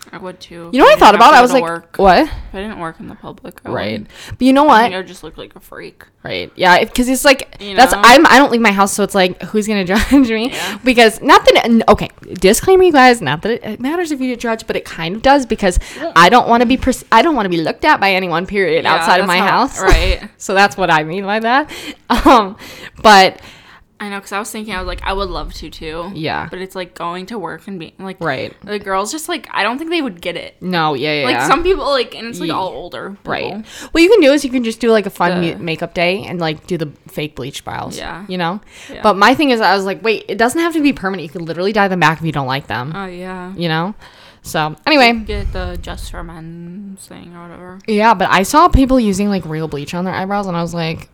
Speaker 2: I would too.
Speaker 1: You know what I
Speaker 2: If
Speaker 1: thought
Speaker 2: didn't have
Speaker 1: about?
Speaker 2: to
Speaker 1: I
Speaker 2: go
Speaker 1: was
Speaker 2: to
Speaker 1: like,
Speaker 2: work,
Speaker 1: what?
Speaker 2: if I didn't work in the public. I
Speaker 1: Right.
Speaker 2: wouldn't.
Speaker 1: But you know
Speaker 2: I think
Speaker 1: what?
Speaker 2: I just look like a freak.
Speaker 1: Right. Yeah. Because it's like
Speaker 2: You
Speaker 1: that's
Speaker 2: know?
Speaker 1: I'm I don't leave my house, so it's like who's gonna <laughs> judge me?
Speaker 2: Yeah.
Speaker 1: Because not that n- okay. Disclaimer, you guys. Not that it, it matters if you get judged, but it kind of does because I don't want to be pers- I don't want to be looked at by anyone. Period.
Speaker 2: Yeah,
Speaker 1: outside of
Speaker 2: that's
Speaker 1: my
Speaker 2: not- <laughs>
Speaker 1: house.
Speaker 2: right.
Speaker 1: <laughs> so that's what I mean by that. <laughs> Um. But
Speaker 2: I know, cause I was thinking, I was like, I would love to too.
Speaker 1: Yeah.
Speaker 2: But it's like going to work and being like,
Speaker 1: Right.
Speaker 2: The girls just like, I don't think they would get it.
Speaker 1: no. Yeah. Yeah.
Speaker 2: Like
Speaker 1: yeah.
Speaker 2: some people, like, and it's like
Speaker 1: Ye-
Speaker 2: all older. people.
Speaker 1: Right. What you can do is you can just do like a fun
Speaker 2: The-
Speaker 1: mu- makeup day and like do the fake bleach brows.
Speaker 2: Yeah.
Speaker 1: You know?
Speaker 2: Yeah.
Speaker 1: But my thing is, I was like, wait, it doesn't have to be permanent. You can literally dye them back if you don't like them,
Speaker 2: Oh yeah.
Speaker 1: you know? So, anyway.
Speaker 2: Get the just for men thing or whatever.
Speaker 1: Yeah, but I saw people using like real bleach on their eyebrows and I was like,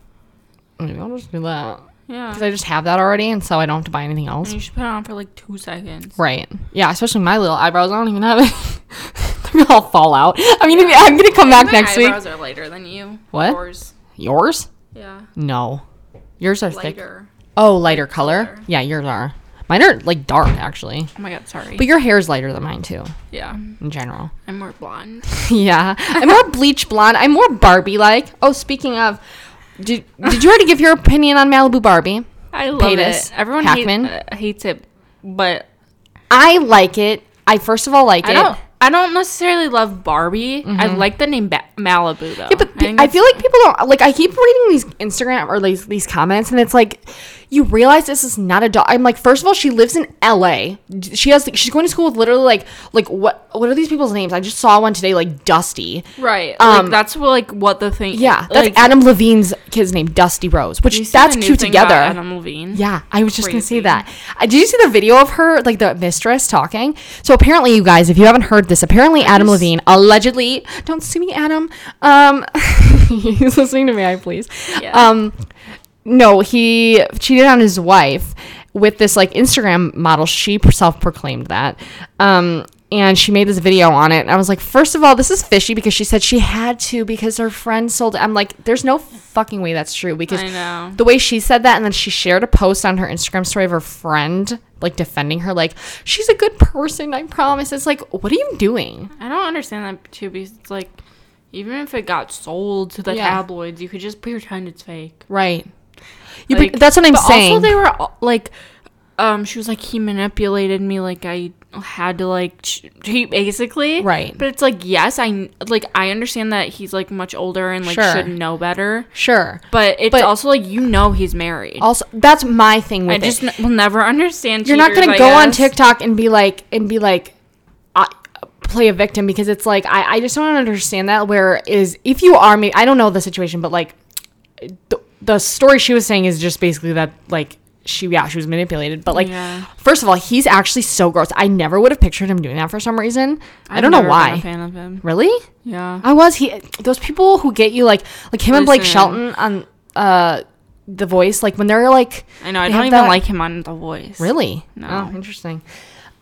Speaker 1: maybe I'll just do that.
Speaker 2: Yeah.
Speaker 1: Because I just have that already and so I don't have to buy anything
Speaker 2: And
Speaker 1: else.
Speaker 2: you should put it on for like two seconds.
Speaker 1: Right. Yeah, especially my little eyebrows. I don't even have it. <laughs> They're gonna all fall out. I mean, I'm gonna come back
Speaker 2: My
Speaker 1: next week.
Speaker 2: eyebrows are lighter than you.
Speaker 1: What?
Speaker 2: Yours.
Speaker 1: Yours?
Speaker 2: Yeah.
Speaker 1: No. Yours are thick.
Speaker 2: Lighter.
Speaker 1: Oh, lighter color?
Speaker 2: color.
Speaker 1: Yeah, yours are. Mine are like dark actually.
Speaker 2: Oh my god, sorry.
Speaker 1: But your hair's lighter than mine too,
Speaker 2: yeah.
Speaker 1: in general.
Speaker 2: I'm more
Speaker 1: <laughs>
Speaker 2: blonde.
Speaker 1: yeah. I'm more bleach blonde. I'm more Barbie like. Oh, speaking of, did, did you already give your opinion on Malibu Barbie?
Speaker 2: I love it.
Speaker 1: Paytas,
Speaker 2: Everyone
Speaker 1: Hackman.
Speaker 2: hate, uh, hates it, but
Speaker 1: I like it. I first of all like
Speaker 2: I
Speaker 1: it.
Speaker 2: don't. I don't necessarily love Barbie. I like the name ba- Malibu though.
Speaker 1: Mm-hmm. Yeah, but pe-
Speaker 2: think
Speaker 1: I
Speaker 2: it's-
Speaker 1: feel like people don't like. I keep reading these Instagram or these, these comments, and it's like you realize this is not a dog. I'm like, first of all, she lives in L.A. D- She has she's going to school with literally like like what what are these people's names? I just saw one today like Dusty.
Speaker 2: right.
Speaker 1: um,
Speaker 2: like that's what, like what the thing.
Speaker 1: Yeah, that's
Speaker 2: like,
Speaker 1: Adam Levine's kid's name, Dusty Rose,
Speaker 2: you
Speaker 1: which
Speaker 2: see
Speaker 1: that's
Speaker 2: the new
Speaker 1: cute
Speaker 2: thing about
Speaker 1: together.
Speaker 2: Adam Levine.
Speaker 1: Yeah, I was just gonna say
Speaker 2: Mm-hmm. Crazy.
Speaker 1: that. I, did you see the video of her, like the mistress talking? So apparently, you guys, if you haven't heard this, apparently Adam Levine allegedly don't sue me, Adam. Um, <laughs> he's listening to me, I please.
Speaker 2: Yeah.
Speaker 1: Um, no, he cheated on his wife with this like Instagram model. She self proclaimed that. Um. And she made this video on it. And I was like, first of all, this is fishy because she said she had to because her friend sold. I'm like, there's no fucking way that's true because
Speaker 2: I know.
Speaker 1: the way she said that and then she shared a post on her instagram story of her friend like defending her like she's a good person i promise it's like what are you doing
Speaker 2: I don't understand that too because it's like, even if it got sold to the
Speaker 1: Yeah.
Speaker 2: tabloids, you could just pretend it's fake.
Speaker 1: right You
Speaker 2: Like,
Speaker 1: be- that's what I'm
Speaker 2: but
Speaker 1: saying.
Speaker 2: Also, they were all, like, um, she was like, he manipulated me. Like, I had to like, ch- he basically,
Speaker 1: Right.
Speaker 2: But it's like, yes, I like, I understand that he's like much older and like
Speaker 1: Sure.
Speaker 2: should know better.
Speaker 1: sure.
Speaker 2: But it's
Speaker 1: But-
Speaker 2: also like you know he's married.
Speaker 1: Also, that's my thing
Speaker 2: I
Speaker 1: with it.
Speaker 2: just n- will never understand.
Speaker 1: You're not
Speaker 2: cheaters,
Speaker 1: gonna
Speaker 2: I
Speaker 1: go on
Speaker 2: guess.
Speaker 1: TikTok and be like and be like, I, play a victim because it's like I, I just don't understand that. Where is if you are me? I don't know the situation, but like the, the story she was saying is just basically that like she yeah she was manipulated, but like
Speaker 2: Yeah.
Speaker 1: first of all he's actually so gross. I never would have pictured him doing that for some reason. I don't know
Speaker 2: never been a
Speaker 1: why.
Speaker 2: fan of him.
Speaker 1: Really?
Speaker 2: Yeah.
Speaker 1: I was he those people who get you like like him and Blake
Speaker 2: Listen.
Speaker 1: Shelton on uh the voice like when they're like
Speaker 2: I know. I
Speaker 1: they
Speaker 2: don't
Speaker 1: have
Speaker 2: even
Speaker 1: that-
Speaker 2: like him on The Voice.
Speaker 1: really
Speaker 2: No.
Speaker 1: oh, interesting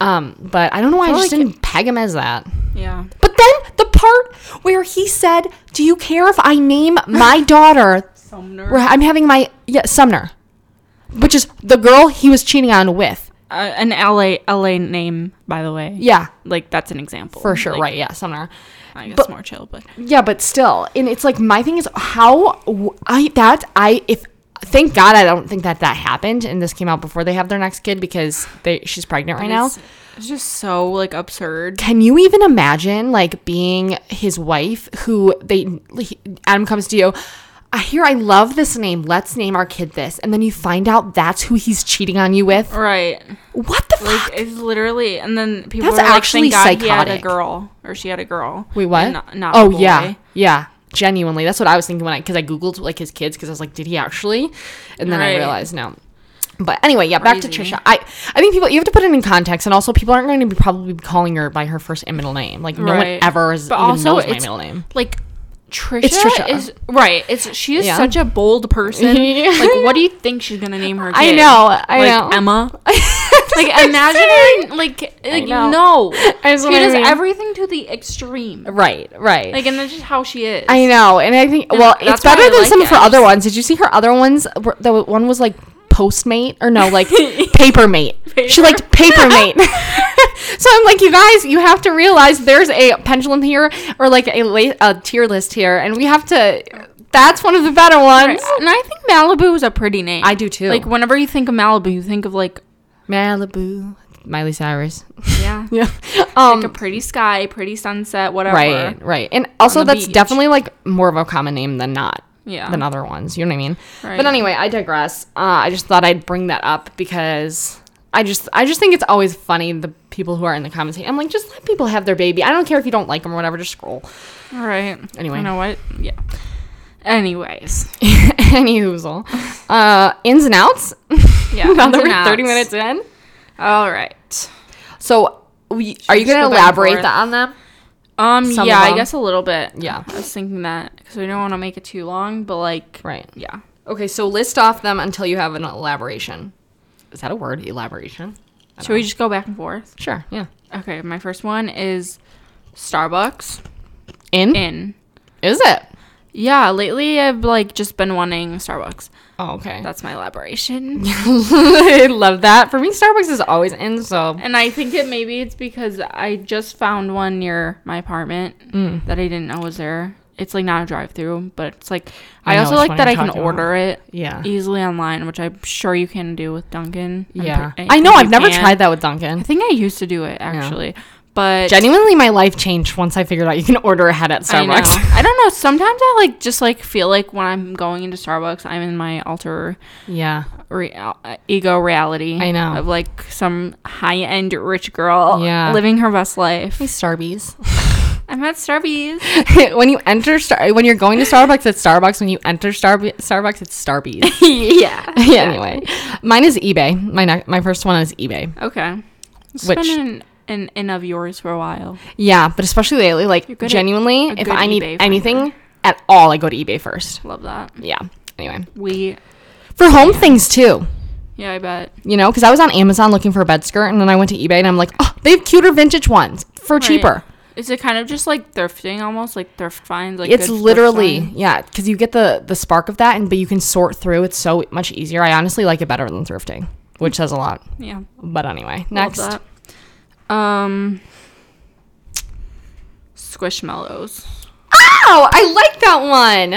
Speaker 1: um but I don't know why I,
Speaker 2: feel
Speaker 1: just
Speaker 2: like-
Speaker 1: didn't peg him as that
Speaker 2: Yeah.
Speaker 1: but then the part where he said do you care if I name
Speaker 2: <laughs>
Speaker 1: my daughter where I'm having my yeah Sumner which is the girl he was cheating on with
Speaker 2: Uh, an LA LA name, by the way.
Speaker 1: yeah
Speaker 2: Like that's an example.
Speaker 1: for sure
Speaker 2: Like,
Speaker 1: right yeah Sumner
Speaker 2: I guess
Speaker 1: But-
Speaker 2: more chill, but
Speaker 1: Yeah, but still, and it's like my thing is how w- I that I if thank God I don't think that that happened and this came out before they have their next kid because they she's pregnant right now.
Speaker 2: It's, it's just so like absurd.
Speaker 1: Can you even imagine like being his wife who they he- Adam comes to you "I here I love this name. Let's name our kid this. And then you find out that's who he's cheating on you with.
Speaker 2: Right.
Speaker 1: What the fuck?
Speaker 2: Like it's literally and then people
Speaker 1: That's
Speaker 2: were like,
Speaker 1: actually
Speaker 2: Thank God he had a
Speaker 1: psychotic.
Speaker 2: girl or she had a girl.
Speaker 1: Wait, what?
Speaker 2: and Not, not a
Speaker 1: oh
Speaker 2: boy.
Speaker 1: yeah, yeah. Genuinely, that's what I was thinking when I because I googled like his kids because I was like, did he actually? And then I
Speaker 2: Right.
Speaker 1: realized no. But anyway, yeah, back to
Speaker 2: Crazy.
Speaker 1: Trisha. I I think people you have to put it in context, and also people aren't going to be probably calling her by her first and middle name. Like no one
Speaker 2: Right.
Speaker 1: ever is,
Speaker 2: But
Speaker 1: even
Speaker 2: also
Speaker 1: knows my
Speaker 2: it's-
Speaker 1: middle name.
Speaker 2: Like Trisha,
Speaker 1: Trisha.
Speaker 2: is right. It's she is
Speaker 1: Yeah.
Speaker 2: such a bold
Speaker 1: <laughs>
Speaker 2: person.
Speaker 1: Yeah.
Speaker 2: like what do you think she's gonna name her?
Speaker 1: I
Speaker 2: kid?
Speaker 1: know, I
Speaker 2: like,
Speaker 1: know. <laughs>
Speaker 2: Emma. like imagine her, like like
Speaker 1: know.
Speaker 2: no.
Speaker 1: <laughs> That's
Speaker 2: She
Speaker 1: what I
Speaker 2: does
Speaker 1: mean.
Speaker 2: everything to the extreme.
Speaker 1: Right, right.
Speaker 2: Like and that's just how she is.
Speaker 1: I know, and I think well,
Speaker 2: that's
Speaker 1: it's
Speaker 2: why
Speaker 1: better
Speaker 2: I
Speaker 1: than
Speaker 2: like
Speaker 1: some
Speaker 2: it.
Speaker 1: of her
Speaker 2: I
Speaker 1: other
Speaker 2: just-
Speaker 1: ones. Did you see her other ones? Were- The one was like Postmate or no,
Speaker 2: <laughs>
Speaker 1: like Papermate. She
Speaker 2: Paper-
Speaker 1: liked Papermate. <laughs> so I'm like, you guys, you have to realize there's a pendulum here or like a, la- a tier list here, and we have to. That's one of the better ones.
Speaker 2: And I think Malibu is a pretty name.
Speaker 1: I do too.
Speaker 2: Like whenever you think of Malibu, you think of
Speaker 1: <laughs>
Speaker 2: like
Speaker 1: Malibu, Miley Cyrus. <laughs>
Speaker 2: yeah,
Speaker 1: yeah. Um.
Speaker 2: like a pretty sky, pretty sunset, whatever.
Speaker 1: right. Right. And also,
Speaker 2: the
Speaker 1: that's
Speaker 2: beach.
Speaker 1: definitely like more of a common name than not.
Speaker 2: Yeah.
Speaker 1: than other ones. You know what I mean? But
Speaker 2: Right.
Speaker 1: anyway, I digress. Uh, I just thought I'd bring that up because I just I just think it's always funny the people who are in the comments. I'm like, just let people have their baby. I don't care if you don't like them or whatever. Just scroll. <laughs>
Speaker 2: All right.
Speaker 1: Anyway.
Speaker 2: You know what? Yeah. Anyways.
Speaker 1: Any hoozle. Uh, ins and outs.
Speaker 2: <laughs> Yeah.
Speaker 1: <laughs> now
Speaker 2: ins
Speaker 1: that
Speaker 2: and
Speaker 1: we're 30
Speaker 2: outs.
Speaker 1: minutes in.
Speaker 2: All right.
Speaker 1: So, we, are you
Speaker 2: just
Speaker 1: going to
Speaker 2: go back and
Speaker 1: elaborate
Speaker 2: forth.
Speaker 1: that on them?
Speaker 2: Um.
Speaker 1: Some
Speaker 2: yeah.
Speaker 1: of
Speaker 2: I
Speaker 1: them.
Speaker 2: guess a little bit.
Speaker 1: Yeah.
Speaker 2: I was thinking that because we don't want to make it too long, but like.
Speaker 1: Right.
Speaker 2: Yeah.
Speaker 1: Okay, so list off them until you have an elaboration. Is that a word? Elaboration?
Speaker 2: Should we just go back and forth?
Speaker 1: Sure, yeah.
Speaker 2: Okay. My first one is Starbucks
Speaker 1: In?
Speaker 2: in.
Speaker 1: Is it?
Speaker 2: Yeah. Lately, I've like just been wanting Starbucks.
Speaker 1: Oh, okay.
Speaker 2: That's my elaboration.
Speaker 1: <laughs> I love that. For me, Starbucks is always in, so
Speaker 2: And I think it maybe it's because I just found one near my apartment
Speaker 1: Mm.
Speaker 2: that I didn't know was there. It's like not a drive through, but it's like
Speaker 1: I
Speaker 2: I,
Speaker 1: know
Speaker 2: also
Speaker 1: which
Speaker 2: like
Speaker 1: one
Speaker 2: that
Speaker 1: you're
Speaker 2: I can
Speaker 1: talking about.
Speaker 2: order it
Speaker 1: yeah.
Speaker 2: easily online, which I'm sure you can do with Dunkin'. I'm
Speaker 1: Yeah.
Speaker 2: pre-
Speaker 1: I know
Speaker 2: think
Speaker 1: I've
Speaker 2: you
Speaker 1: never
Speaker 2: can.
Speaker 1: tried that with
Speaker 2: I
Speaker 1: Dunkin'.
Speaker 2: think I used to do it actually, but
Speaker 1: <laughs> Genuinely my life changed once I figured out you can order ahead at
Speaker 2: I know.
Speaker 1: Starbucks.
Speaker 2: <laughs> I don't know. Sometimes I like just like feel like when I'm going into Starbucks, I'm in my alter
Speaker 1: yeah.
Speaker 2: re- uh, ego reality.
Speaker 1: I know.
Speaker 2: of like some high end rich girl,
Speaker 1: Yeah.
Speaker 2: living her best life.
Speaker 1: Hey Starbies.
Speaker 2: I'm at Starbucks.
Speaker 1: <laughs> when you enter Star- when you're going to Starbucks, it's Starbucks. When you enter Starb- Starbucks,
Speaker 2: <laughs>
Speaker 1: it's Starbies. <laughs>
Speaker 2: yeah.
Speaker 1: <laughs> yeah, anyway. Mine is eBay. My ne- my first one is eBay.
Speaker 2: Okay. It's
Speaker 1: Which-
Speaker 2: been an, an in of yours for a while.
Speaker 1: Yeah, but especially lately, like
Speaker 2: good at-
Speaker 1: genuinely,
Speaker 2: a
Speaker 1: if
Speaker 2: good
Speaker 1: I need
Speaker 2: eBay finder.
Speaker 1: anything at all, I go to eBay first.
Speaker 2: Love that.
Speaker 1: Yeah. Anyway.
Speaker 2: We.
Speaker 1: For home things too.
Speaker 2: Yeah, I bet.
Speaker 1: you know, because I was on Amazon looking for a bed skirt, and then I went to eBay, and I'm like, oh, they have cuter vintage ones for cheaper.
Speaker 2: Right. Is it kind of just like thrifting almost like thrift finds? Like
Speaker 1: It's
Speaker 2: good thrift
Speaker 1: literally
Speaker 2: find?
Speaker 1: yeah, because you get the the spark of that, and but you can sort through. It's so much easier. I honestly like it better than thrifting, which says a lot.
Speaker 2: yeah. love
Speaker 1: But anyway, next.
Speaker 2: that. Um. Squishmallows.
Speaker 1: Oh, I like that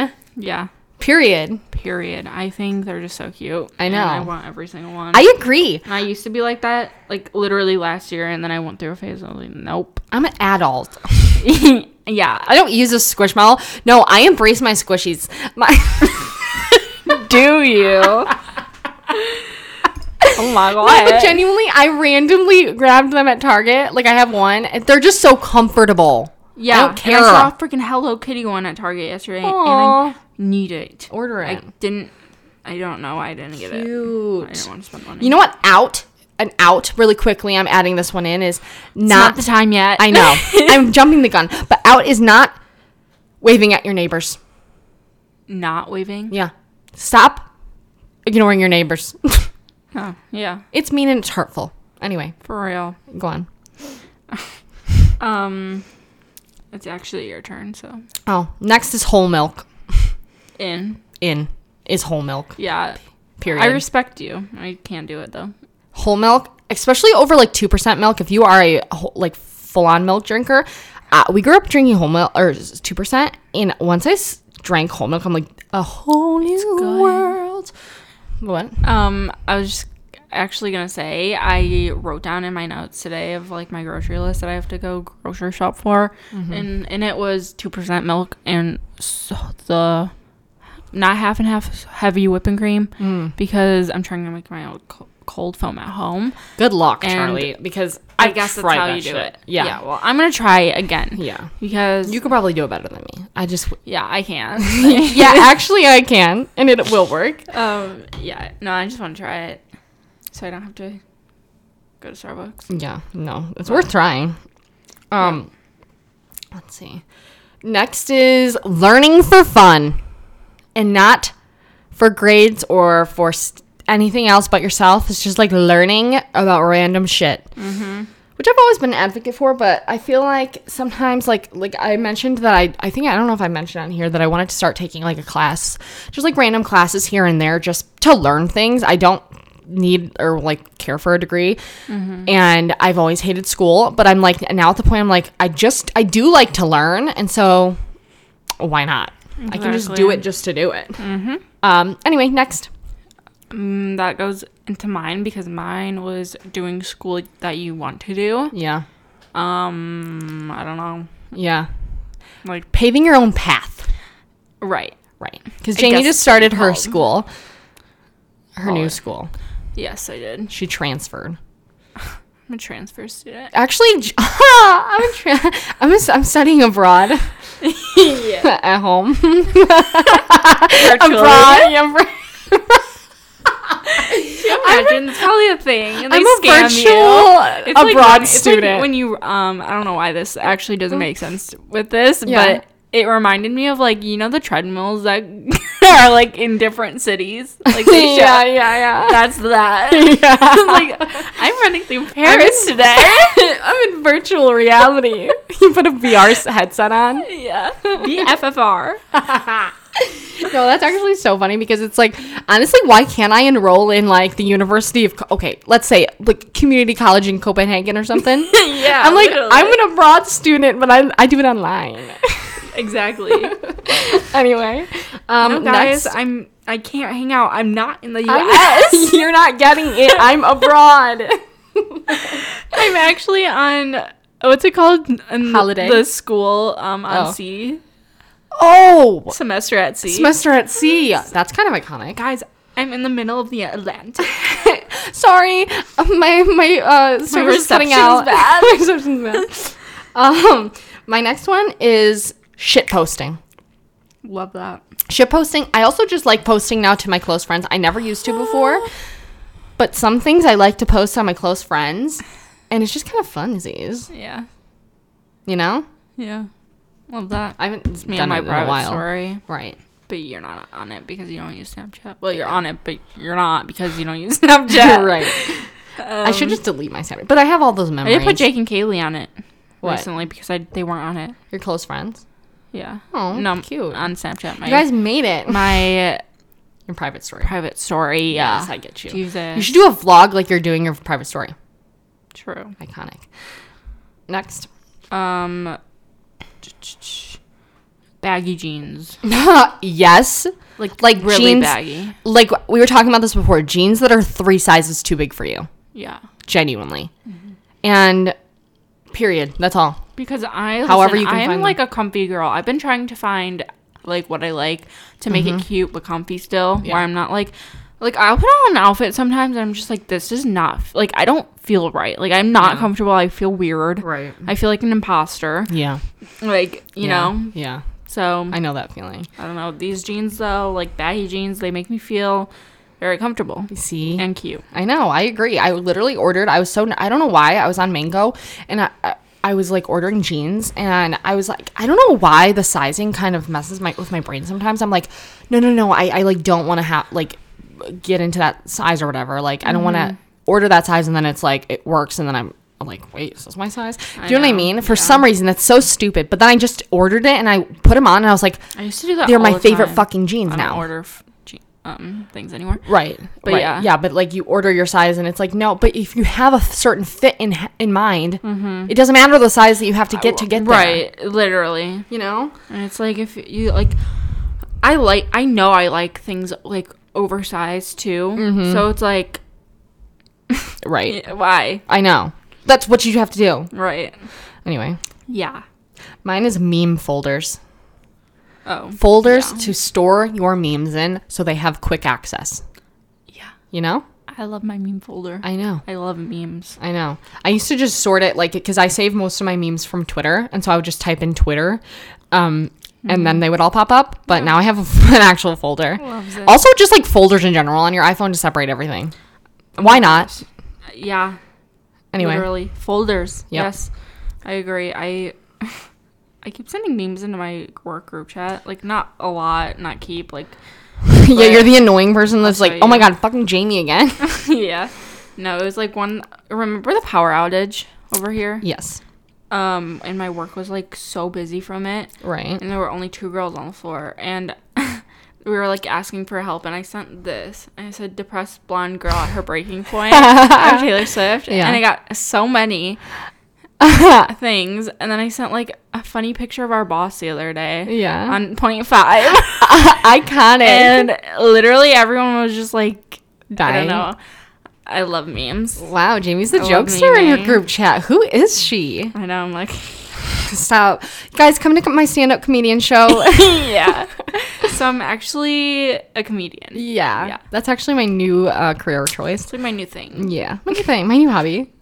Speaker 1: one.
Speaker 2: Yeah.
Speaker 1: Period.
Speaker 2: Period. I think they're just so cute.
Speaker 1: I
Speaker 2: and
Speaker 1: know.
Speaker 2: I want every single one.
Speaker 1: I agree.
Speaker 2: And I used to be like that, like literally last year, and then I went through a phase. I was like, nope. <laughs>
Speaker 1: I'm an adult.
Speaker 2: yeah.
Speaker 1: I don't use a squishmallow. No, I embrace my squishies. My <laughs>
Speaker 2: <laughs> Do you? oh <laughs> my god.
Speaker 1: But genuinely, I randomly grabbed them at Target. Like I have one. and They're just so comfortable.
Speaker 2: yeah.
Speaker 1: I don't care.
Speaker 2: And I saw a freaking Hello Kitty one at Target yesterday,
Speaker 1: Aw.
Speaker 2: and I need it.
Speaker 1: Order
Speaker 2: I
Speaker 1: it.
Speaker 2: didn't. I don't know. why I didn't get it. I
Speaker 1: Cute.
Speaker 2: didn't want to spend money.
Speaker 1: You know what? Out an out really quickly. I'm adding this one in is not.
Speaker 2: not the time yet.
Speaker 1: I know. I'm jumping the gun, but out is not waving at your neighbors.
Speaker 2: <laughs> not waving.
Speaker 1: Yeah. Stop ignoring your neighbors. <laughs>
Speaker 2: Huh, yeah.
Speaker 1: it's mean and it's hurtful. Anyway,
Speaker 2: For real.
Speaker 1: go on.
Speaker 2: Um, it's actually your turn. So
Speaker 1: Oh, next is whole milk.
Speaker 2: in.
Speaker 1: In is whole milk.
Speaker 2: Yeah.
Speaker 1: Period.
Speaker 2: I respect you. I can't do it though.
Speaker 1: whole milk, especially over like 2% milk. If you are a whole, like full on milk drinker, uh, we grew up drinking whole milk or 2%. And once I s- drank whole milk, I'm like, a whole new
Speaker 2: good.
Speaker 1: world. What?
Speaker 2: Um, I was just actually gonna say I wrote down in my notes today of like my grocery list that I have to go grocery shop for, and and it was two percent milk and so the not half and half heavy whipping cream because I'm trying to make my own co- cold foam at home.
Speaker 1: Good luck,
Speaker 2: And
Speaker 1: Charlie, because
Speaker 2: I
Speaker 1: I've
Speaker 2: guess that's
Speaker 1: tried
Speaker 2: how
Speaker 1: that
Speaker 2: you do
Speaker 1: shit.
Speaker 2: it.
Speaker 1: Yeah.
Speaker 2: Yeah. Well, I'm gonna try it again.
Speaker 1: Yeah.
Speaker 2: Because
Speaker 1: You could probably do it better than me. I just,
Speaker 2: <laughs> yeah, I can.
Speaker 1: yeah, actually, I can, and it will work.
Speaker 2: um, yeah. No, I just want to try it, so I don't have to go to Starbucks.
Speaker 1: Yeah, no, it's worth trying. Um, let's see. Next is learning for fun, and not for grades or for st- anything else but yourself. It's just like learning about random shit. Mm-hmm. Which I've always been an advocate for, but I feel like sometimes, like like I mentioned that I I think I don't know if I mentioned on here that I wanted to start taking like a class, just like random classes here and there, just to learn things. I don't need or like care for a degree,
Speaker 2: Mm-hmm.
Speaker 1: and I've always hated school, but I'm like now at the point I'm like I just I do like to learn, and so why not? I can just
Speaker 2: Exactly.
Speaker 1: do
Speaker 2: Mm-hmm.
Speaker 1: it just to do it. Um. Anyway, next.
Speaker 2: Mm, that goes into mine because mine was doing school that you want to do.
Speaker 1: Yeah.
Speaker 2: Um, I don't know.
Speaker 1: Yeah.
Speaker 2: Like,
Speaker 1: Paving your own path.
Speaker 2: right.
Speaker 1: Right. Because
Speaker 2: I
Speaker 1: Jamie
Speaker 2: guess um,
Speaker 1: just
Speaker 2: that's what
Speaker 1: started
Speaker 2: it's
Speaker 1: her
Speaker 2: called.
Speaker 1: school, her
Speaker 2: Call
Speaker 1: new
Speaker 2: it.
Speaker 1: school.
Speaker 2: Yes, I did.
Speaker 1: She transferred.
Speaker 2: I'm a transfer student. <laughs>
Speaker 1: Actually, <laughs> j- I'm, a tra- I'm, a s I'm studying
Speaker 2: <laughs>
Speaker 1: abroad <laughs>
Speaker 2: yeah.
Speaker 1: at home.
Speaker 2: <laughs> Abroad.
Speaker 1: abroad. <laughs> abroad. <laughs>
Speaker 2: <laughs> Imagine, it's probably a thing. And they
Speaker 1: I'm a
Speaker 2: scam
Speaker 1: virtual
Speaker 2: you. It's like
Speaker 1: abroad
Speaker 2: when- it's like
Speaker 1: student. <laughs>
Speaker 2: when you, um, I don't know why this actually doesn't make sense with this,
Speaker 1: Yeah.
Speaker 2: but it reminded me of like you know the treadmills that <laughs> are like in different cities. Like <laughs> they
Speaker 1: yeah,
Speaker 2: show-
Speaker 1: yeah, yeah.
Speaker 2: That's <laughs> that.
Speaker 1: yeah.
Speaker 2: like I'm running
Speaker 1: <laughs>
Speaker 2: through Paris today.
Speaker 1: I'm in virtual reality. <laughs> you put a VR s- headset on.
Speaker 2: yeah. BFFR.
Speaker 1: No, that's actually so funny because it's like, honestly, why can't I enroll in like the University of, Co- okay, let's say like community college in Copenhagen or something?
Speaker 2: <laughs> yeah.
Speaker 1: I'm like,
Speaker 2: literally.
Speaker 1: I'm an abroad student, but I, I do it online.
Speaker 2: <laughs> exactly.
Speaker 1: <laughs> anyway, <laughs>
Speaker 2: no,
Speaker 1: um,
Speaker 2: guys,
Speaker 1: next-
Speaker 2: I'm I can't hang out. I'm not in the
Speaker 1: <laughs> I'm-
Speaker 2: US.
Speaker 1: You're not getting it. I'm abroad.
Speaker 2: <laughs> I'm actually on what's it called? In
Speaker 1: Holiday?
Speaker 2: The school um on
Speaker 1: Oh.
Speaker 2: sea
Speaker 1: oh,
Speaker 2: semester at sea.
Speaker 1: semester at sea. That's kind of iconic. <laughs>
Speaker 2: guys, I'm in the middle of the Atlantic.
Speaker 1: Sorry, um, my <laughs> my uh, server's cutting
Speaker 2: reception's
Speaker 1: out.
Speaker 2: bad. <laughs>
Speaker 1: my reception's bad. <laughs> Um, my next one is shit posting.
Speaker 2: Love that.
Speaker 1: Shit posting. I also just like posting now to my close friends. I never used to
Speaker 2: <gasps>
Speaker 1: before, but some things I like to post on my close friends, and it's just kind of funsies,
Speaker 2: Yeah.
Speaker 1: you know.
Speaker 2: Yeah. Love that.
Speaker 1: I haven't
Speaker 2: Me
Speaker 1: done
Speaker 2: and my
Speaker 1: it in a
Speaker 2: private
Speaker 1: while.
Speaker 2: story. <laughs>
Speaker 1: Right.
Speaker 2: But you're not on it because you don't use Snapchat. Well, you're on it, but you're not because you don't use <laughs> Snapchat.
Speaker 1: You're right. I should just delete my Snapchat, but I have all those
Speaker 2: Um, I
Speaker 1: memories.
Speaker 2: did put Jake and Kaylee on it
Speaker 1: What?
Speaker 2: recently because I they weren't on it.
Speaker 1: Your close friends.
Speaker 2: Yeah.
Speaker 1: Oh,
Speaker 2: no,
Speaker 1: cute.
Speaker 2: On Snapchat, my
Speaker 1: You guys <laughs> made it.
Speaker 2: my
Speaker 1: Your private story.
Speaker 2: private story. Yeah,
Speaker 1: Yes, I get you.
Speaker 2: Jesus.
Speaker 1: You should do a vlog like you're doing your private story.
Speaker 2: True.
Speaker 1: Iconic. Next.
Speaker 2: Um, baggy jeans.
Speaker 1: <laughs> yes.
Speaker 2: Like
Speaker 1: Like
Speaker 2: really
Speaker 1: jeans-
Speaker 2: baggy.
Speaker 1: Like we were talking about this before, jeans that are three sizes too big for you,
Speaker 2: Yeah.
Speaker 1: genuinely.
Speaker 2: Mm-hmm.
Speaker 1: And period. That's all.
Speaker 2: Because I
Speaker 1: However
Speaker 2: listen,
Speaker 1: you can
Speaker 2: I'm
Speaker 1: find
Speaker 2: like a comfy girl. I've been trying to find like what I like to make
Speaker 1: Mm-hmm.
Speaker 2: it cute but comfy still. Where I'm not like like I'll put on an outfit sometimes and I'm just like this is not like I don't feel right. Like I'm not comfortable. I feel weird.
Speaker 1: Right.
Speaker 2: I feel like an imposter.
Speaker 1: Yeah.
Speaker 2: Like, you
Speaker 1: Yeah.
Speaker 2: know.
Speaker 1: Yeah.
Speaker 2: So
Speaker 1: I know that feeling.
Speaker 2: I don't know. These jeans though, like baggy jeans, they make me feel very comfortable
Speaker 1: See.
Speaker 2: and cute.
Speaker 1: I know. I agree. I literally ordered. I was so. I don't know why. I was on Mango, and I. I I was like ordering jeans and I was like, I don't know why the sizing kind of messes my with my brain sometimes. I'm like, no, no, no, I, I like don't want to have like get into that size or whatever. Like I don't want to
Speaker 2: Mm-hmm.
Speaker 1: order that size and then it's like it works and then I'm, I'm like, wait, is this my size? Do you know, what I
Speaker 2: know.
Speaker 1: mean? For some reason, that's so stupid. But then I just ordered it and I put them on and I was like,
Speaker 2: I used to do that.
Speaker 1: they're
Speaker 2: all
Speaker 1: my
Speaker 2: the
Speaker 1: favorite
Speaker 2: time.
Speaker 1: fucking jeans
Speaker 2: I don't
Speaker 1: now.
Speaker 2: order f- je- um things anymore.
Speaker 1: Right.
Speaker 2: But
Speaker 1: right.
Speaker 2: yeah.
Speaker 1: Yeah, but like you order your size and it's like no, but if you have a certain fit in in mind, it doesn't matter the size that you have to get to get there.
Speaker 2: Mm-hmm. Right, literally.
Speaker 1: You know?
Speaker 2: And it's like if you like, I like, I know I like things like oversized too. So it's like,
Speaker 1: Right.
Speaker 2: yeah, why?
Speaker 1: I know. That's what you have to do.
Speaker 2: Right.
Speaker 1: Anyway,
Speaker 2: Yeah.
Speaker 1: mine is meme folders.
Speaker 2: Oh.
Speaker 1: Folders to store your memes in so they have quick access.
Speaker 2: Yeah.
Speaker 1: You know?
Speaker 2: I love my meme folder. I,
Speaker 1: I know.
Speaker 2: love memes.
Speaker 1: I know. I used to just sort it like because I save most of my memes from Twitter, and so I would just type in Twitter, um, and
Speaker 2: Mm-hmm.
Speaker 1: then they would all pop up. But now I have <laughs> an actual folder.
Speaker 2: Loves it.
Speaker 1: Also, just like folders in general on your iPhone to separate everything. Why not?
Speaker 2: Yeah.
Speaker 1: Anyway,
Speaker 2: Literally folders.
Speaker 1: Yep.
Speaker 2: Yes. I agree. I. <laughs> I keep sending memes into my work group chat. Like not a lot, not keep like <laughs>
Speaker 1: <laughs> yeah, you're the annoying person that's
Speaker 2: I'll show
Speaker 1: like, oh my
Speaker 2: you.
Speaker 1: god, fucking Jamie again. <laughs>
Speaker 2: yeah. No, it was like one remember the power outage over here?
Speaker 1: yes,
Speaker 2: um and my work was like so busy from it
Speaker 1: <laughs> right.
Speaker 2: and there were only two girls on the floor and <laughs> we were like asking for help and i sent this and i said depressed blonde girl at her breaking point
Speaker 1: <laughs>
Speaker 2: of taylor swift
Speaker 1: Yeah.
Speaker 2: and i got so many things and then i sent like a funny picture of our boss the other day
Speaker 1: Yeah, <laughs>
Speaker 2: on point five
Speaker 1: iconic.
Speaker 2: and literally everyone was just like i
Speaker 1: Dying.
Speaker 2: don't know i love memes
Speaker 1: Wow, Jamie's the
Speaker 2: I love
Speaker 1: jokester in your
Speaker 2: memeing.
Speaker 1: group chat. Who is she?
Speaker 2: i know i'm
Speaker 1: <laughs>
Speaker 2: like <laughs>
Speaker 1: Stop, guys! Come to my stand-up comedian show.
Speaker 2: <laughs> yeah <laughs> so i'm actually a comedian
Speaker 1: Yeah.
Speaker 2: Yeah.
Speaker 1: That's actually my new uh, career choice.
Speaker 2: It's like my new thing.
Speaker 1: Yeah. What do you think? My
Speaker 2: <laughs>
Speaker 1: new hobby.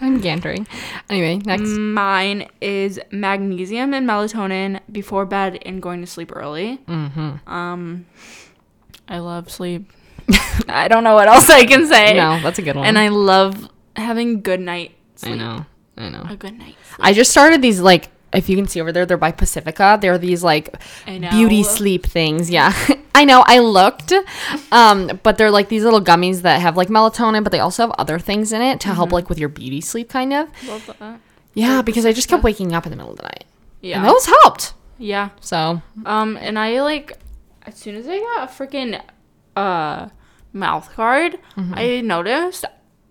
Speaker 1: I'm gantering. Anyway, next.
Speaker 2: Mm. Mine is magnesium and melatonin before bed and going to sleep early. Mm-hmm.
Speaker 1: Mm.
Speaker 2: Um, I love sleep. <laughs> I don't know what else I can say.
Speaker 1: No, that's a good one.
Speaker 2: And I love having good night
Speaker 1: I
Speaker 2: sleep.
Speaker 1: know. I know.
Speaker 2: A good night. Sleep.
Speaker 1: I just started these, like, if you can see over there, they're by Pacifica. They're these, like,
Speaker 2: I know.
Speaker 1: beauty sleep things. Yeah. <laughs> I know. I looked. Um, but they're, like, these little gummies that have, like, melatonin, but they also have other things in it to help,
Speaker 2: Mm-hmm.
Speaker 1: like, with your beauty sleep, kind of.
Speaker 2: Love that.
Speaker 1: Yeah, because I just kept waking up in the middle of the night.
Speaker 2: Yeah.
Speaker 1: And those helped.
Speaker 2: Yeah.
Speaker 1: So,
Speaker 2: Um, and I like as soon as I got a freaking uh mouth guard,
Speaker 1: Mm-hmm.
Speaker 2: I noticed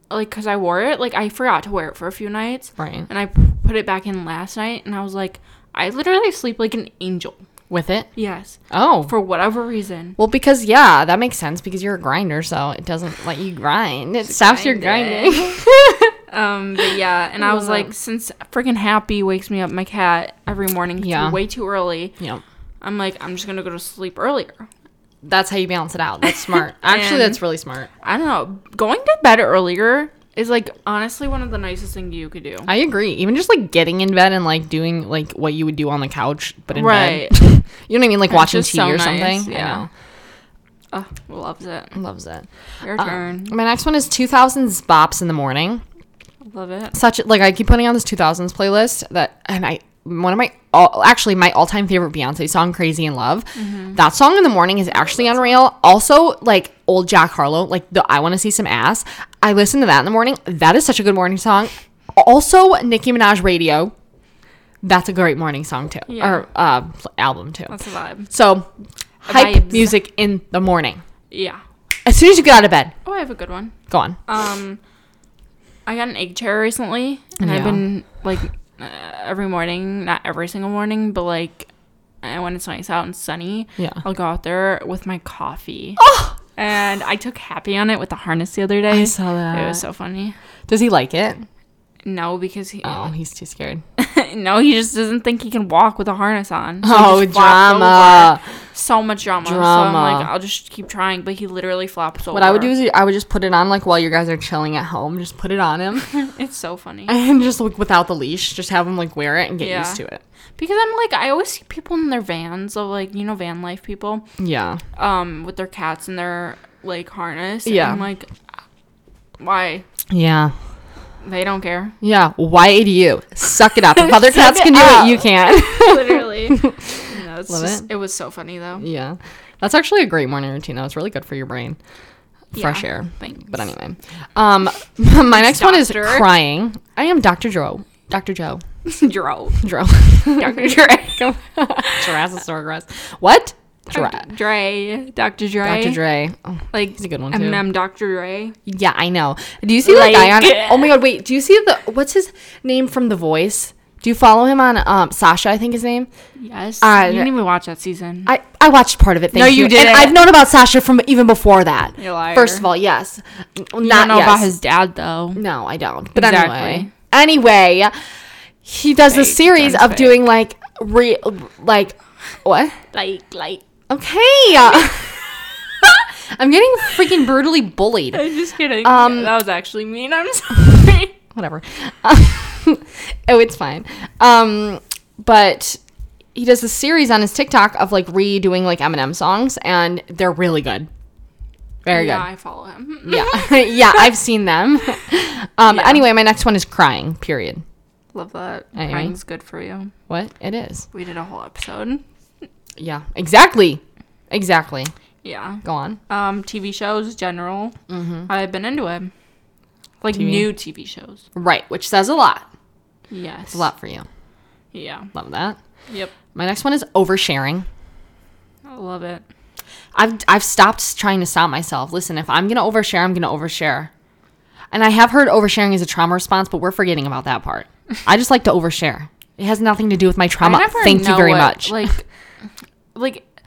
Speaker 2: like because I wore it, like I forgot to wear it for a few nights,
Speaker 1: right.
Speaker 2: and I p- put it back in last night, and I was like, I literally sleep like an angel.
Speaker 1: With it.
Speaker 2: Yes,
Speaker 1: Oh.
Speaker 2: for whatever reason.
Speaker 1: Well, because yeah, that makes sense because you're a grinder, so it doesn't let you grind. It stops your grinding. <laughs>
Speaker 2: Um, but <laughs> yeah, and I was like, since freaking Happy wakes me up, my cat every morning,
Speaker 1: Yeah.
Speaker 2: yeah, way too early.
Speaker 1: yeah.
Speaker 2: I'm like, I'm just gonna go to sleep earlier.
Speaker 1: That's how you balance it out.
Speaker 2: <laughs>
Speaker 1: That's smart.
Speaker 2: And-
Speaker 1: Actually, that's really smart.
Speaker 2: I don't know. Going to bed earlier is like honestly one of the nicest things you could do.
Speaker 1: I agree. Even just like getting in bed and like doing like what you would do on the couch, but in
Speaker 2: Right.
Speaker 1: bed. <laughs> you know what I mean? Like watching
Speaker 2: just
Speaker 1: TV
Speaker 2: so
Speaker 1: or
Speaker 2: nice,
Speaker 1: something.
Speaker 2: yeah.
Speaker 1: Yeah.
Speaker 2: Oh, loves it.
Speaker 1: Loves it.
Speaker 2: Your
Speaker 1: Uh,
Speaker 2: turn.
Speaker 1: my next one is 2000s bops in the morning.
Speaker 2: Love it.
Speaker 1: Such like I keep putting on this 2000s playlist that and I one of my all, actually my all-time favorite Beyonce song Crazy in Love.
Speaker 2: Mm-hmm.
Speaker 1: That song in the morning is actually unreal. Also like old Jack Harlow, like the I want to see some ass. I listen to that in the morning. That is such a good morning song. Also Nicki Minaj Radio. That's a great morning song too.
Speaker 2: Yeah.
Speaker 1: Or uh, album too.
Speaker 2: That's a vibe.
Speaker 1: So hype
Speaker 2: Vibes.
Speaker 1: music in the morning.
Speaker 2: Yeah.
Speaker 1: As soon as you get out of bed,
Speaker 2: Oh, I have a good one.
Speaker 1: go on.
Speaker 2: Um, I got an egg chair recently, and
Speaker 1: Yeah.
Speaker 2: I've been like uh, every morning, not every single morning, but like and when it's nice out and sunny,
Speaker 1: Yeah.
Speaker 2: I'll go out there with my coffee.
Speaker 1: Oh!
Speaker 2: And I took Happy on it with the harness the other day.
Speaker 1: I saw
Speaker 2: It
Speaker 1: that.
Speaker 2: was so funny.
Speaker 1: Does he like it?
Speaker 2: No, because he
Speaker 1: Oh, he's too scared.
Speaker 2: <laughs> no, he just doesn't think he can walk with a harness on. he
Speaker 1: Oh,
Speaker 2: just flops
Speaker 1: drama.
Speaker 2: over. So much drama. So I'm
Speaker 1: Drama.
Speaker 2: like, I'll just keep trying, but he literally flops over.
Speaker 1: What I would do is I would just put it on like while you guys are chilling at home. Just put it
Speaker 2: <laughs>
Speaker 1: on him <laughs>
Speaker 2: it's so funny.
Speaker 1: and just like without the leash, just have him like wear it and get
Speaker 2: Yeah.
Speaker 1: used to it.
Speaker 2: Because I'm like, I always see people in their vans of like, you know, van life people,
Speaker 1: Yeah.
Speaker 2: um, with their cats in their like harness.
Speaker 1: Yeah.
Speaker 2: And I'm like, why?
Speaker 1: Yeah.
Speaker 2: They don't care.
Speaker 1: Yeah. Why do you
Speaker 2: <laughs>
Speaker 1: suck it up? If other cats
Speaker 2: it
Speaker 1: can <laughs> do
Speaker 2: up.
Speaker 1: it,
Speaker 2: <laughs>
Speaker 1: you can't.
Speaker 2: <laughs> Literally. no, it's
Speaker 1: Love
Speaker 2: just,
Speaker 1: it.
Speaker 2: it. was so funny though.
Speaker 1: yeah. That's actually a great morning routine. though. It's really good for your brain. Fresh
Speaker 2: Yeah,
Speaker 1: air.
Speaker 2: thanks. <laughs>
Speaker 1: But anyway, um, <laughs> my next one is
Speaker 2: Doctor.
Speaker 1: crying. I am Dr. Joe. Dr. Joe.
Speaker 2: Dro.
Speaker 1: Joe. <laughs>
Speaker 2: <laughs> Dr. Dre.
Speaker 1: Jurassic What? Dra-
Speaker 2: Dre. Dr. Dre.
Speaker 1: Dr. Dre. Oh,
Speaker 2: Like,
Speaker 1: he's a good one too.
Speaker 2: Eminem Dr. Dre.
Speaker 1: Yeah, I know. Do you see that
Speaker 2: Like-
Speaker 1: guy on? Oh
Speaker 2: <laughs>
Speaker 1: my god, wait. Do you see the what's his name from The Voice? Do you follow him on um, Sasha? I think his name.
Speaker 2: Yes.
Speaker 1: Uh,
Speaker 2: you didn't even watch that season.
Speaker 1: I, I watched part of it. Thank
Speaker 2: No, you
Speaker 1: you,
Speaker 2: didn't.
Speaker 1: And I've known about Sasha from even before that.
Speaker 2: You liar.
Speaker 1: First of all, yes. N-
Speaker 2: don't
Speaker 1: Not
Speaker 2: know about
Speaker 1: yes.
Speaker 2: his dad though.
Speaker 1: No, I don't. But
Speaker 2: Exactly.
Speaker 1: anyway, anyway, he does this
Speaker 2: Fake,
Speaker 1: series
Speaker 2: done
Speaker 1: of
Speaker 2: fake.
Speaker 1: doing like re like what?
Speaker 2: Like,
Speaker 1: <laughs>
Speaker 2: like.
Speaker 1: Okay. <laughs> I'm getting freaking brutally bullied.
Speaker 2: I'm just kidding.
Speaker 1: Um,
Speaker 2: that was actually mean. <laughs> I'm sorry.
Speaker 1: whatever. <laughs> oh, it's fine. Um, but he does this series on his TikTok of like redoing like Eminem songs, and they're really good. Very
Speaker 2: yeah,
Speaker 1: good. Mm.
Speaker 2: I follow him.
Speaker 1: <laughs> Yeah, yeah, I've seen <laughs> them. Um, Anyway, my next one is crying. Period.
Speaker 2: Love that.
Speaker 1: Anyway.
Speaker 2: Crying's good for you.
Speaker 1: What it is?
Speaker 2: We did a whole episode.
Speaker 1: Yeah, exactly, exactly.
Speaker 2: Yeah.
Speaker 1: Go on.
Speaker 2: Um, TV shows general.
Speaker 1: Mm-hmm.
Speaker 2: I've been into it. Like new TV shows.
Speaker 1: Right, which says a lot.
Speaker 2: Yes.
Speaker 1: A lot for you.
Speaker 2: Yeah.
Speaker 1: Love that.
Speaker 2: Yep.
Speaker 1: My next one is oversharing.
Speaker 2: I love it.
Speaker 1: I've I've stopped trying to stop myself. Listen, if I'm gonna overshare, I'm gonna overshare. And I have heard oversharing is a trauma response, but we're forgetting about that part. I just like to overshare. It has nothing to do with my trauma. Thank you
Speaker 2: know
Speaker 1: very
Speaker 2: what,
Speaker 1: much. <laughs>
Speaker 2: Like, like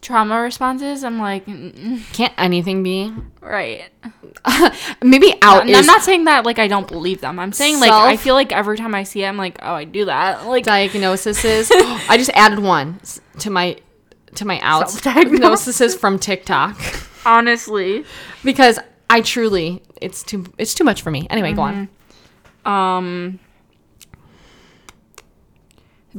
Speaker 2: trauma responses. I'm like, mm,
Speaker 1: Can't anything be?
Speaker 2: right.
Speaker 1: <laughs> Maybe out
Speaker 2: And I'm
Speaker 1: Oh, is
Speaker 2: not saying that like I don't believe them. I'm saying like I
Speaker 1: Self-
Speaker 2: feel like every time I see it, I'm like, oh, I do that. Like
Speaker 1: diagnoses. <gasps> I just added one s- to my to my outs diagnoses from TikTok
Speaker 2: honestly,
Speaker 1: because I truly it's too it's too much for me. Anyway, go
Speaker 2: Mm-hmm.
Speaker 1: on.
Speaker 2: um,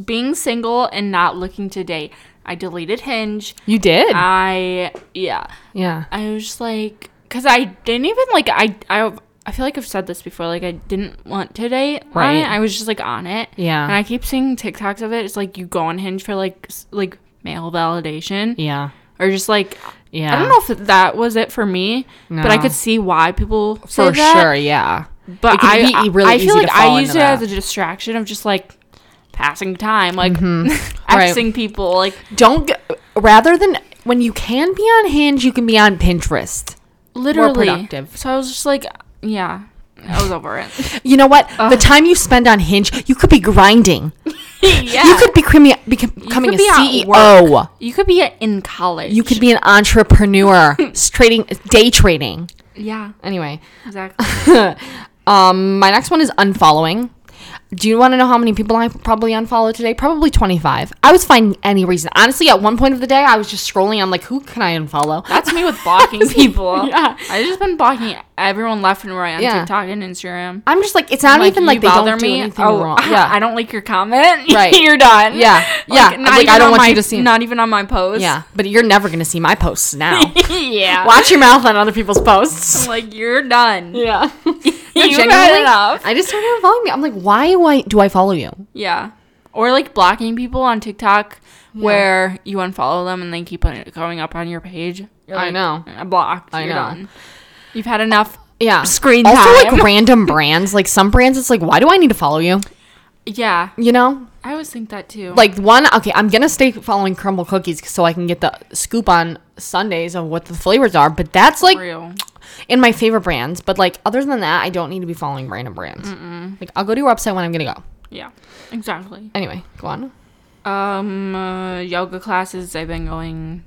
Speaker 2: being single and not looking to date. I deleted Hinge.
Speaker 1: You did.
Speaker 2: Uh, I yeah.
Speaker 1: yeah.
Speaker 2: I was just like, cause I didn't even like I I I feel like I've said this before. Like I didn't want to date. Right.
Speaker 1: Right.
Speaker 2: I was just like on it.
Speaker 1: Yeah.
Speaker 2: And I keep seeing TikToks of it. It's like you go on Hinge for like s- like male validation
Speaker 1: Yeah.
Speaker 2: or just like
Speaker 1: Yeah.
Speaker 2: I don't know if that was it for me, but I
Speaker 1: No.
Speaker 2: could see why people say
Speaker 1: For
Speaker 2: that.
Speaker 1: sure, yeah.
Speaker 2: But
Speaker 1: It can
Speaker 2: I,
Speaker 1: be
Speaker 2: I-
Speaker 1: really
Speaker 2: I feel
Speaker 1: easy to
Speaker 2: like
Speaker 1: fall
Speaker 2: I used
Speaker 1: into
Speaker 2: it as
Speaker 1: that.
Speaker 2: a distraction of just like passing time, like
Speaker 1: Mm-hmm.
Speaker 2: <laughs> asking people, like
Speaker 1: don't g- rather than when you can be on hinge you can be on pinterest
Speaker 2: literally.
Speaker 1: productive.
Speaker 2: So I was just like, yeah, I was over
Speaker 1: <laughs>
Speaker 2: it. <laughs>
Speaker 1: you know what the time you spend on hinge you could be grinding
Speaker 2: yeah,
Speaker 1: you could be cremi- becom- becoming
Speaker 2: could be at
Speaker 1: a ceo
Speaker 2: you could be in college.
Speaker 1: you could be an <laughs> entrepreneur s- trading day trading
Speaker 2: yeah,
Speaker 1: anyway
Speaker 2: exactly.
Speaker 1: <laughs> um my next one is unfollowing do you want to know how many people I probably unfollowed today? Probably 25. I was finding any reason. Honestly, at one point of the day, I was just scrolling. I'm like, who can I unfollow?
Speaker 2: That's me
Speaker 1: <laughs>
Speaker 2: with blocking people.
Speaker 1: Yeah.
Speaker 2: I just been blocking everyone left and right on
Speaker 1: Yeah.
Speaker 2: TikTok and Instagram.
Speaker 1: I'm just like, it's not even like
Speaker 2: you
Speaker 1: they
Speaker 2: bother
Speaker 1: don't do anything
Speaker 2: oh, <laughs>
Speaker 1: <laughs> wrong. Yeah.
Speaker 2: I don't like your comment. <laughs>
Speaker 1: Right.
Speaker 2: You're done.
Speaker 1: Yeah,
Speaker 2: <laughs>
Speaker 1: yeah.
Speaker 2: Like, not
Speaker 1: Like,
Speaker 2: even
Speaker 1: I don't
Speaker 2: on
Speaker 1: want
Speaker 2: my-
Speaker 1: you to see-
Speaker 2: Not even on my post.
Speaker 1: Yeah, but you're never gonna see my posts <laughs> now.
Speaker 2: <laughs> yeah.
Speaker 1: Watch your mouth on other people's
Speaker 2: <laughs>
Speaker 1: posts.
Speaker 2: Like you're done.
Speaker 1: <laughs> Yeah, <laughs>
Speaker 2: You've had enough.
Speaker 1: I just don't follow me. I'm like, why? Why do I follow you?
Speaker 2: Yeah. Or like blocking people on TikTok where you unfollow them and they keep on going up on your page. You're
Speaker 1: I
Speaker 2: like,
Speaker 1: know.
Speaker 2: I blocked.
Speaker 1: I
Speaker 2: you're
Speaker 1: know.
Speaker 2: done. You've had enough.
Speaker 1: Yeah,
Speaker 2: Screen
Speaker 1: also
Speaker 2: time.
Speaker 1: like random brands. Like some brands, it's like, why do I need to follow you?
Speaker 2: Yeah.
Speaker 1: You know,
Speaker 2: I always think that too.
Speaker 1: like one. Okay, I'm gonna stay following Crumble Cookies so I can get the scoop on Sundays of what the flavors are. But that's like
Speaker 2: real.
Speaker 1: in my favorite brands. But like other than that, I don't need to be following random brands. Like I'll go to your website when I'm gonna go.
Speaker 2: Yeah. Exactly.
Speaker 1: Anyway, go on.
Speaker 2: Um, uh, yoga classes. I've been going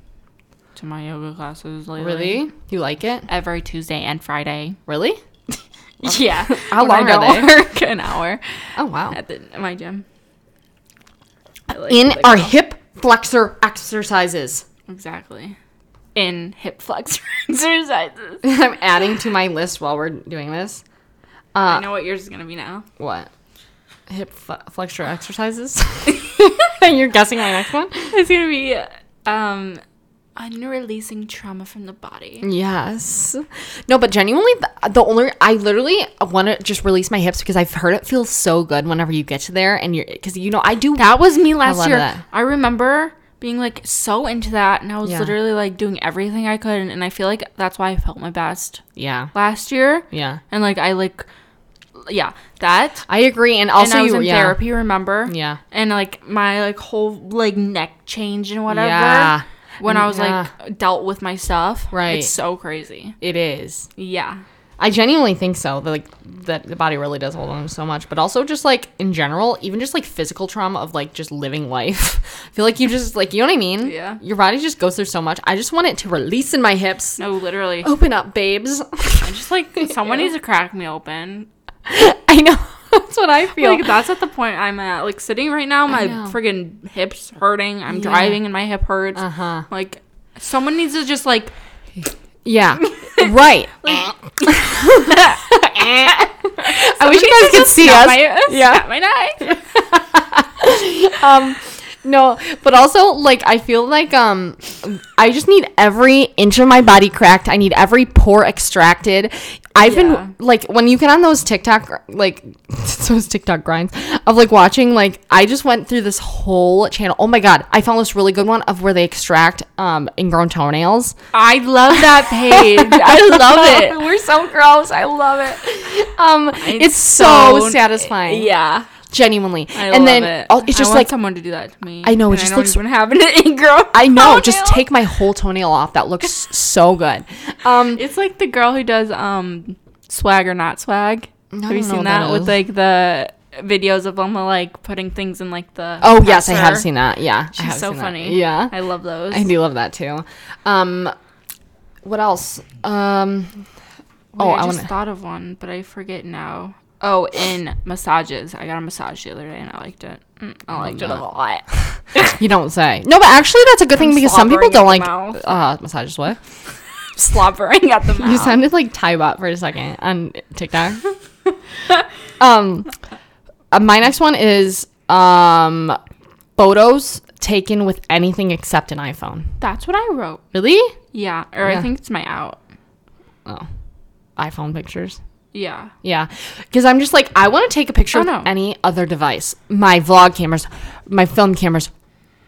Speaker 2: to my yoga classes lately.
Speaker 1: Really? You like it?
Speaker 2: Every Tuesday and
Speaker 1: <laughs>
Speaker 2: Friday.
Speaker 1: Really?
Speaker 2: <laughs> Yeah.
Speaker 1: How
Speaker 2: When I
Speaker 1: long are
Speaker 2: don't <laughs> work an hour
Speaker 1: Oh wow.
Speaker 2: at, the, at my gym. I like
Speaker 1: In
Speaker 2: to
Speaker 1: our
Speaker 2: go.
Speaker 1: hip flexor exercises. <laughs>
Speaker 2: Exactly. In hip flexor <laughs> exercises.
Speaker 1: I'm adding to my list while we're doing this.
Speaker 2: I know what yours is gonna be <laughs> now.
Speaker 1: What? Hip fle- flexor exercises? <laughs> You're guessing my next one?
Speaker 2: <laughs> It's gonna be um unreleasing trauma from the body.
Speaker 1: Yes. No, but genuinely, the, the only I literally want to just release my hips because I've heard it feels so good whenever you get to there and you're because you know I do.
Speaker 2: That was me last
Speaker 1: love
Speaker 2: year.
Speaker 1: that.
Speaker 2: I remember being like so into that and I was
Speaker 1: Yeah.
Speaker 2: literally like doing everything I could and, and I feel like that's why I felt my best
Speaker 1: Yeah.
Speaker 2: last year.
Speaker 1: Yeah.
Speaker 2: And like I like yeah, that
Speaker 1: I agree,
Speaker 2: and
Speaker 1: and also
Speaker 2: I was
Speaker 1: you.
Speaker 2: in
Speaker 1: yeah.
Speaker 2: therapy, remember?
Speaker 1: Yeah.
Speaker 2: And like my like whole like neck change and whatever.
Speaker 1: Yeah. Mm,
Speaker 2: When I was
Speaker 1: Yeah.
Speaker 2: like dealt with my stuff.
Speaker 1: Right.
Speaker 2: It's so crazy.
Speaker 1: It is.
Speaker 2: Yeah.
Speaker 1: I genuinely think so. That like that the body really does hold on to so much, but also just like in general, even just like physical trauma of like just living life. <laughs> I feel like you just like you know what I mean.
Speaker 2: Yeah.
Speaker 1: Your body just goes through so much. I just want it to release in my hips.
Speaker 2: No, literally.
Speaker 1: Open up, babes. <laughs>
Speaker 2: I just like someone needs to crack me open.
Speaker 1: I know. <laughs> That's what I feel.
Speaker 2: Like that's at the point I'm at. Like sitting right now, my
Speaker 1: know.
Speaker 2: friggin' hips hurting. I'm driving and my hip hurts.
Speaker 1: uh huh.
Speaker 2: Like someone needs to just like
Speaker 1: <laughs> Yeah. right. Eh. <laughs> I wish you guys could see us.
Speaker 2: my,
Speaker 1: <laughs> Yeah.
Speaker 2: yeah, my
Speaker 1: <laughs>
Speaker 2: neck.
Speaker 1: um no but also like i feel like um i just need every inch of my body cracked i need every pore extracted i've
Speaker 2: Yeah.
Speaker 1: been like when you get on those tiktok gr- like <laughs> those tiktok grinds of like watching like i just went through this whole channel oh my god i found this really good one of where they extract um ingrown toenails
Speaker 2: I love that page. I love it.
Speaker 1: <laughs> we're so gross i love it um it's, so, satisfying
Speaker 2: Yeah,
Speaker 1: genuinely
Speaker 2: I
Speaker 1: and
Speaker 2: love
Speaker 1: then
Speaker 2: it.
Speaker 1: oh, it's
Speaker 2: I
Speaker 1: just
Speaker 2: want
Speaker 1: like
Speaker 2: someone to do that to me.
Speaker 1: I know, it
Speaker 2: and
Speaker 1: just
Speaker 2: I don't
Speaker 1: looks-
Speaker 2: even have an <laughs> ingrown.
Speaker 1: I know. Just
Speaker 2: toenail.
Speaker 1: take my whole toenail off. That
Speaker 2: <laughs>
Speaker 1: looks so good. Um,
Speaker 2: It's like the girl who does um swag or not swag.
Speaker 1: I
Speaker 2: Have you
Speaker 1: don't know
Speaker 2: seen
Speaker 1: what
Speaker 2: that,
Speaker 1: that
Speaker 2: with
Speaker 1: is.
Speaker 2: like the videos of Loma like putting things in like the
Speaker 1: oh yes, I have
Speaker 2: presser?
Speaker 1: seen that. Yeah, I
Speaker 2: She's
Speaker 1: have
Speaker 2: so
Speaker 1: seen that.
Speaker 2: funny.
Speaker 1: Yeah,
Speaker 2: I love those.
Speaker 1: I do love that too. Um, what else? Um,
Speaker 2: Wait,
Speaker 1: oh,
Speaker 2: I,
Speaker 1: I
Speaker 2: just
Speaker 1: wanna-
Speaker 2: thought of one, but I forget now. Oh, in massages, I got a massage the other day and I liked it. Mm, I liked it a
Speaker 1: <laughs>
Speaker 2: lot.
Speaker 1: you don't say. No, but actually, that's a good thing because some people don't
Speaker 2: slobbering
Speaker 1: like
Speaker 2: at the mouth.
Speaker 1: uh, massages. What?
Speaker 2: Slobbering at the mouth.
Speaker 1: <laughs> You sounded like Tybot for a second on TikTok. <laughs> um, uh, my next one is um, photos taken with anything except an iPhone.
Speaker 2: That's what I wrote.
Speaker 1: Really?
Speaker 2: Yeah, or
Speaker 1: Yeah.
Speaker 2: I think it's my out.
Speaker 1: Oh, iPhone pictures.
Speaker 2: Yeah.
Speaker 1: Yeah, because I'm just like I want to take a picture
Speaker 2: Oh,
Speaker 1: with
Speaker 2: no.
Speaker 1: any other device. My vlog cameras, my film cameras,